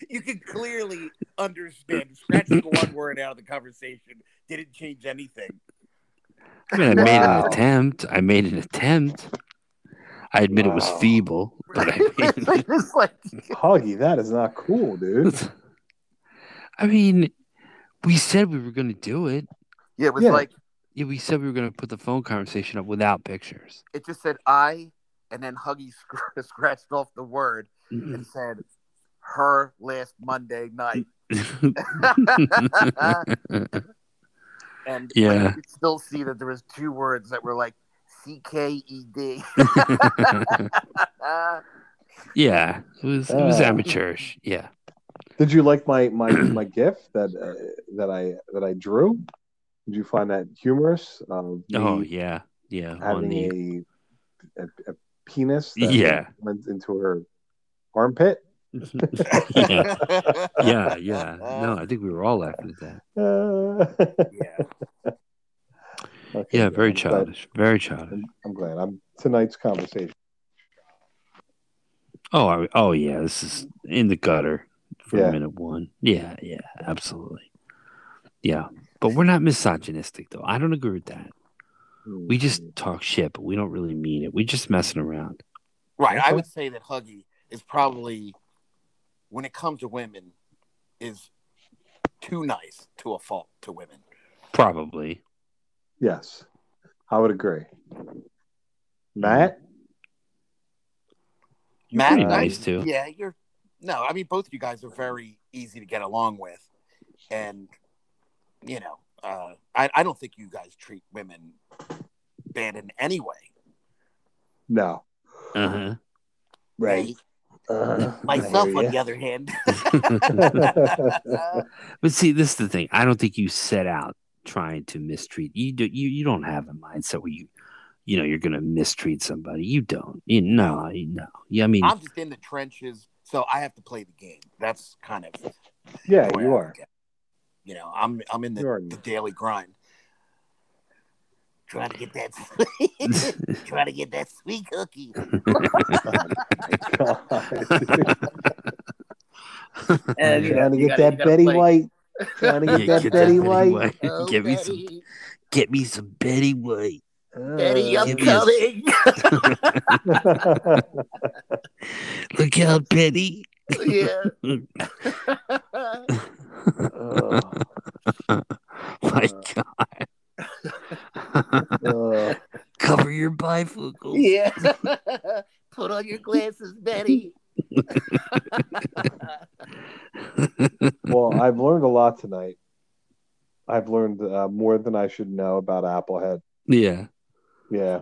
Speaker 4: you can clearly understand. Scratches one word out of the conversation. Didn't change anything.
Speaker 1: I, mean, I made
Speaker 2: Wow.
Speaker 1: an attempt. I made an attempt. I admit it was
Speaker 2: Wow.
Speaker 1: feeble, but I made
Speaker 2: *laughs*
Speaker 1: an
Speaker 4: *laughs* it's like
Speaker 2: Huggy, that is not
Speaker 1: *laughs*
Speaker 2: cool, dude.
Speaker 1: I mean, we said we were going to do it.
Speaker 4: yeah, it was
Speaker 2: Yeah.
Speaker 4: like
Speaker 1: Yeah, we said we were going to put the phone conversation up without pictures. *laughs*
Speaker 4: it just said I, and then Huggy scr- *laughs* scratched off the word
Speaker 1: Mm.
Speaker 4: and said her last Monday night. *laughs* and
Speaker 1: Yeah.
Speaker 4: I could still see that there was two words that were like C K E D. *laughs*
Speaker 1: yeah, it was it was
Speaker 2: Uh.
Speaker 1: amateurish. Yeah,
Speaker 2: Did you like
Speaker 1: *clears throat*
Speaker 2: my my my gif that uh, that I that I drew? Did you find that humorous? Uh, me
Speaker 1: oh yeah, yeah. On
Speaker 2: having
Speaker 1: the,
Speaker 2: a, a a penis that
Speaker 1: Yeah.
Speaker 2: went into her armpit.
Speaker 1: *laughs*
Speaker 2: *laughs*
Speaker 1: yeah, yeah, yeah. No, I think we were all laughing at that.
Speaker 2: Uh,
Speaker 4: Yeah.
Speaker 2: okay,
Speaker 1: Yeah,
Speaker 2: good.
Speaker 1: very
Speaker 2: I'm glad-
Speaker 1: childish, very childish.
Speaker 2: I'm glad. I'm tonight's conversation.
Speaker 1: Oh, I, oh yeah, this is in the gutter for
Speaker 2: Yeah.
Speaker 1: minute one. Yeah, yeah, absolutely. Yeah, but we're not misogynistic though. I don't agree with that. We just talk shit, but we don't really mean it. We're just messing around.
Speaker 4: *laughs* Right. I would say that Huggy is probably, when it comes to women, is too nice to a fault to women.
Speaker 1: Probably.
Speaker 2: yes, I would agree.
Speaker 1: Mm-hmm.
Speaker 2: Matt,
Speaker 4: Matt,
Speaker 1: Pretty
Speaker 2: Uh,
Speaker 1: nice too.
Speaker 4: Yeah, you're. No, I mean both of you guys are very easy to get along with, and you know, uh, I I don't think you guys treat women bad in any way.
Speaker 2: no,
Speaker 1: Uh
Speaker 2: right? Uh, *laughs*
Speaker 4: Myself,
Speaker 2: yeah.
Speaker 4: on the other
Speaker 1: *laughs*
Speaker 4: hand,
Speaker 1: huh. *laughs* But see, this is the thing. I don't think you set out trying to mistreat. You do, you you don't have a mindset where you you know you're going to mistreat somebody. You don't. You no you- no. Yeah, I mean, *laughs*
Speaker 4: I'm just in the trenches, so I have to play the game. That's kind of
Speaker 2: yeah,
Speaker 4: the way
Speaker 2: you
Speaker 4: I
Speaker 2: are.
Speaker 4: look at it. You know, I'm I'm in
Speaker 2: You
Speaker 4: the,
Speaker 2: are.
Speaker 4: the daily grind.
Speaker 3: Trying to get *laughs* that sweet, trying to get that sweet
Speaker 2: *laughs*
Speaker 3: cookie.
Speaker 1: *laughs*
Speaker 4: And
Speaker 2: trying to get that Betty White. Trying to
Speaker 1: Yeah,
Speaker 2: get that Betty White.
Speaker 3: Oh,
Speaker 1: *laughs* Give me some.
Speaker 3: Betty,
Speaker 1: Get me some Betty White.
Speaker 3: Betty,
Speaker 2: Uh,
Speaker 3: I'm
Speaker 1: give me a-
Speaker 3: coming.
Speaker 1: Look out, Betty.
Speaker 3: yeah. *laughs*
Speaker 2: uh,
Speaker 1: *laughs* My God. *laughs*
Speaker 2: uh,
Speaker 1: Cover your bifocals.
Speaker 3: Yeah. Put on your glasses, Betty.
Speaker 2: well, I've learned a lot tonight. I've learned uh, more than I should know about Applehead.
Speaker 1: Yeah.
Speaker 2: Yeah,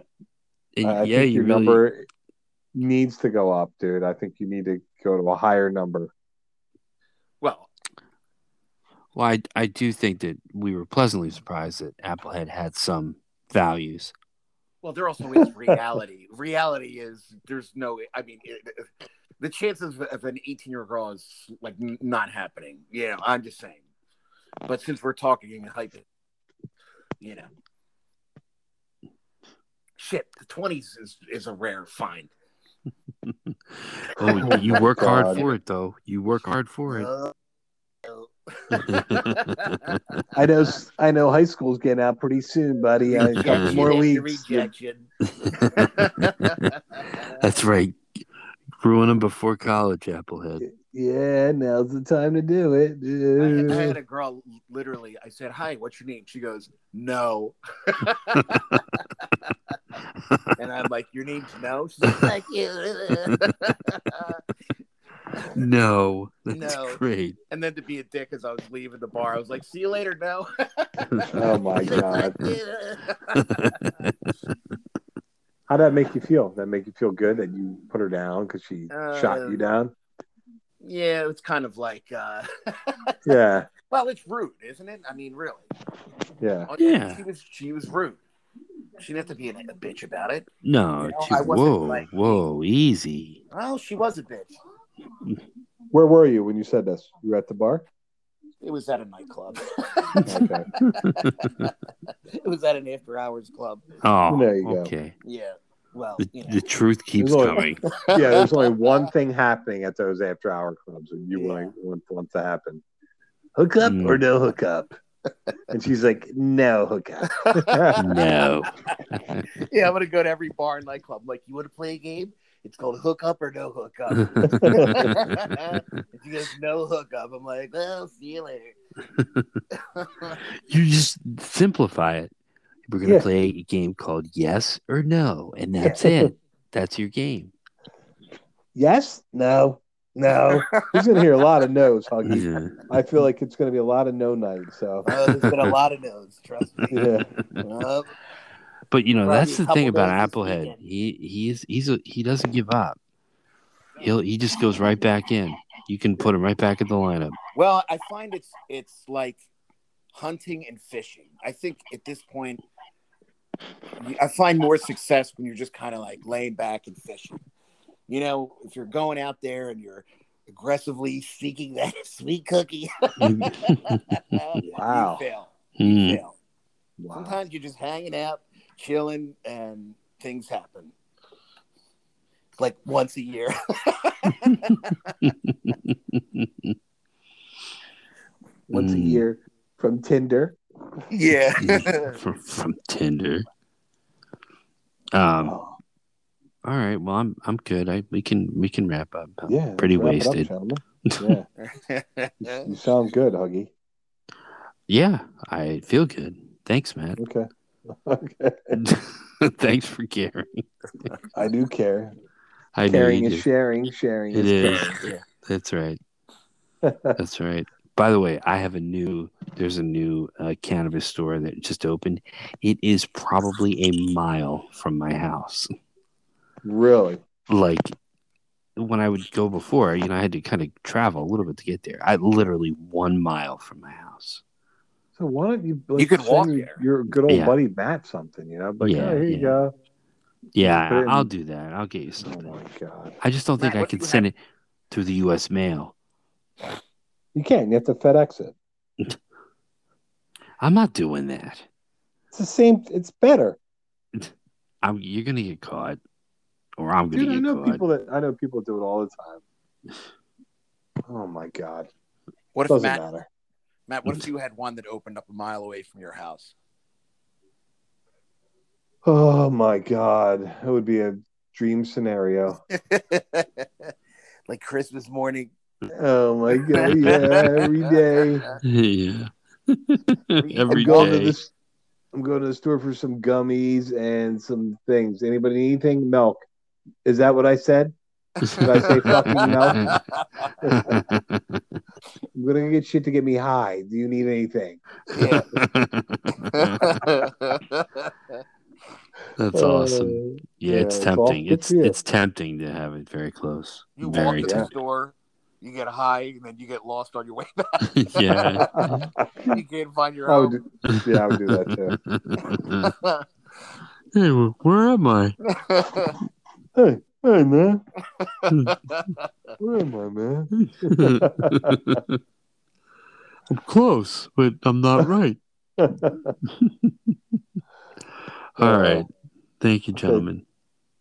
Speaker 1: And
Speaker 2: I, I
Speaker 1: yeah,
Speaker 2: think
Speaker 1: you
Speaker 2: your
Speaker 1: really,
Speaker 2: number needs to go up, dude. I think you need to go to a higher number.
Speaker 4: Well,
Speaker 1: Well, I, I do think that we were pleasantly surprised that Applehead had some values.
Speaker 4: Well, there also is reality. reality is there's no. I mean, it, the chances of, of an 18 year old girl is like n- not happening. Yeah, I'm just saying. But since we're talking and hyping, you know, shit, the 20s is is a rare find.
Speaker 1: Oh, you work hard
Speaker 2: God.
Speaker 1: for it, though. You work hard for
Speaker 4: Uh,
Speaker 1: it.
Speaker 4: *laughs*
Speaker 3: Oh,
Speaker 2: I know, I know, high school's getting out pretty soon, buddy. I got
Speaker 1: Rejection
Speaker 2: more
Speaker 3: after
Speaker 2: weeks.
Speaker 4: *laughs*
Speaker 3: Rejection.
Speaker 1: That's right. Ruin them before college, Applehead.
Speaker 2: Yeah, now's the time to do it.
Speaker 4: I had, I had a girl literally. I said, "Hi, what's your name?" She goes, "No," *laughs* and I'm like, "Your name's No." She's
Speaker 3: Fuck
Speaker 4: like,
Speaker 3: you.
Speaker 1: No, that's
Speaker 4: No.
Speaker 1: great.
Speaker 4: *laughs* and then to be a dick as I was leaving the bar, I was like, "See you later, No."
Speaker 2: oh my god,
Speaker 4: *laughs*
Speaker 3: Fuck you.
Speaker 2: how did that make you feel? Did that make you feel good that you put her down because she shot you down?
Speaker 4: Yeah, it's kind of like, uh,
Speaker 2: Yeah,
Speaker 4: well, it's rude, isn't it? I mean, really. Oh,
Speaker 2: yeah.
Speaker 1: Yeah.
Speaker 4: She was she was rude. She didn't have to be a, a bitch about it.
Speaker 1: No,
Speaker 4: You know,
Speaker 1: gee,
Speaker 4: I wasn't
Speaker 1: whoa,
Speaker 4: like-
Speaker 1: whoa, easy.
Speaker 4: Well, she was a bitch.
Speaker 2: Where were you when you said this? You were at the bar?
Speaker 3: It was at a
Speaker 4: *laughs*
Speaker 3: nightclub.
Speaker 2: Okay.
Speaker 1: *laughs*
Speaker 3: it was at an after hours club.
Speaker 1: Oh,
Speaker 2: There you go.
Speaker 1: okay.
Speaker 3: Yeah. Well,
Speaker 1: The,
Speaker 3: you know.
Speaker 1: the truth keeps
Speaker 2: There's
Speaker 1: coming.
Speaker 2: yeah, there's only one thing happening at those after hour clubs, and you
Speaker 3: Yeah.
Speaker 2: want, want want to happen. *laughs* Hook up
Speaker 1: Mm.
Speaker 2: or no hook up? And she's like, no hook up.
Speaker 1: no.
Speaker 3: Yeah, I'm gonna go to every bar and nightclub. I'm like, you want to play a game? It's called hook up or no hook up.
Speaker 1: *laughs*
Speaker 3: *laughs* And she goes, no hook up. I'm like, well, see you later.
Speaker 1: you just simplify it. We're gonna
Speaker 2: Yeah.
Speaker 1: play a game called Yes or No, and *laughs* that's it. That's your game.
Speaker 2: yes? No.
Speaker 3: *laughs*
Speaker 2: No. He's gonna hear a lot of no's, Huggy.
Speaker 1: Yeah.
Speaker 2: I feel like it's gonna be a lot of no nights. So
Speaker 3: Oh, there's been a lot of no's. Trust me.
Speaker 1: *laughs*
Speaker 2: yeah.
Speaker 3: Uh,
Speaker 1: But you know,
Speaker 3: Probably
Speaker 1: that's
Speaker 3: a
Speaker 1: the
Speaker 3: couple
Speaker 1: thing about
Speaker 3: days this
Speaker 1: Applehead.
Speaker 3: weekend.
Speaker 1: He he's he's a, he doesn't give up. He'll he just goes right back in. You can put him right back at the lineup.
Speaker 4: Well, I find it's it's like hunting and fishing. I think at this point, I find more success when you're just kind of like laying back and fishing. You know, if you're going out there and you're aggressively seeking that *laughs* sweet cookie,
Speaker 2: Wow.
Speaker 4: you fail.
Speaker 2: Hmm.
Speaker 4: You
Speaker 1: Mm.
Speaker 4: *laughs* fail.
Speaker 2: Wow.
Speaker 4: Sometimes you're just hanging out, chilling, and things happen.
Speaker 3: like once a year.
Speaker 2: Once a
Speaker 1: Mm.
Speaker 2: year from Tinder.
Speaker 3: yeah.
Speaker 2: *laughs*
Speaker 4: *laughs*
Speaker 1: from, from Tinder. Um.
Speaker 2: Oh,
Speaker 1: All right. Well, I'm I'm good. I we can we can wrap up. I'm
Speaker 2: Yeah.
Speaker 1: Pretty
Speaker 2: wrap it up,
Speaker 1: wasted.
Speaker 2: gentlemen. yeah. You sound good, Huggy.
Speaker 1: Yeah, I feel good. Thanks, Matt. *laughs*
Speaker 2: Okay. *laughs* Okay.
Speaker 1: Thanks for caring.
Speaker 2: I do care.
Speaker 1: I know
Speaker 2: Caring
Speaker 1: you
Speaker 2: is
Speaker 1: do.
Speaker 2: sharing. Sharing
Speaker 1: It is.
Speaker 4: *laughs*
Speaker 2: caring.
Speaker 1: That's right. That's right. By the way, I have a new. There's a new uh, cannabis store that just opened. It is probably a mile from my house.
Speaker 2: Really?
Speaker 1: Like when I would go before, you know, I had to kind of travel a little bit to get there. I literally one mile from my house.
Speaker 2: So why don't you? Like,
Speaker 4: You could
Speaker 2: send
Speaker 4: walk
Speaker 2: your-
Speaker 4: there.
Speaker 2: Your good old
Speaker 1: Yeah.
Speaker 2: buddy Matt something, you know? But yeah,
Speaker 1: Yeah,
Speaker 2: here
Speaker 1: yeah.
Speaker 2: you go.
Speaker 1: Yeah,
Speaker 2: Put it in-
Speaker 1: I'll do that. I'll get you
Speaker 2: Oh
Speaker 1: something.
Speaker 2: my god!
Speaker 1: I just don't think
Speaker 4: Matt,
Speaker 1: I
Speaker 4: what
Speaker 1: can
Speaker 4: do you
Speaker 1: send it through the U.S. mail.
Speaker 2: You can. You have to FedEx it.
Speaker 1: I'm not doing that.
Speaker 2: It's the same. It's better,
Speaker 1: I'm, you're gonna get caught, or I'm gonna
Speaker 2: dude. I
Speaker 1: get
Speaker 2: know
Speaker 1: caught.
Speaker 2: people that I know people do it all the time. Oh my god!
Speaker 4: What if
Speaker 2: Doesn't
Speaker 4: Matt,
Speaker 2: matter.
Speaker 4: Matt? What *laughs* if you had one that opened up a mile away from your house?
Speaker 2: Oh my god! It would be a dream
Speaker 4: *laughs*
Speaker 2: scenario.
Speaker 4: *laughs* like Christmas morning.
Speaker 2: Oh my god! Yeah, every day.
Speaker 1: *laughs* yeah. Every
Speaker 2: I'm going to
Speaker 1: day.
Speaker 2: this. I'm going to the store for some gummies and some things. Anybody need anything? Milk. Is that what I said? Did I say fucking no? I'm gonna get shit to get me high. Do you need anything?
Speaker 4: Yeah.
Speaker 1: *laughs* That's
Speaker 2: Uh,
Speaker 1: awesome.
Speaker 2: *laughs*
Speaker 1: Yeah,
Speaker 2: yeah,
Speaker 1: it's
Speaker 2: it's
Speaker 1: tempting.
Speaker 2: awful
Speaker 1: It's
Speaker 2: too.
Speaker 1: it's tempting to have it very close.
Speaker 4: *laughs* you walk
Speaker 1: very
Speaker 4: to
Speaker 2: tempting.
Speaker 4: the store, you get high, and then you get lost on your way *laughs* back.
Speaker 1: tempting. *laughs*
Speaker 2: *laughs*
Speaker 1: yeah.
Speaker 4: You can't find your
Speaker 2: I would
Speaker 4: home.
Speaker 2: do, yeah, I would do that too.
Speaker 1: Hey, wh- where am I?
Speaker 2: *laughs*
Speaker 4: *laughs*
Speaker 2: Hey, hey, *laughs* man. Where am I, man?
Speaker 1: I'm close, but I'm not
Speaker 2: *laughs*
Speaker 1: right. All right. Thank you, gentlemen.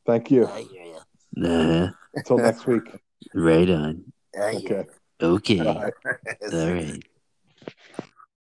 Speaker 2: Thank you.
Speaker 3: I hear you.
Speaker 1: Nah,
Speaker 2: Until next week.
Speaker 1: right on.
Speaker 3: I hear ya.
Speaker 2: Okay.
Speaker 1: Okay.
Speaker 2: Bye.
Speaker 1: All right.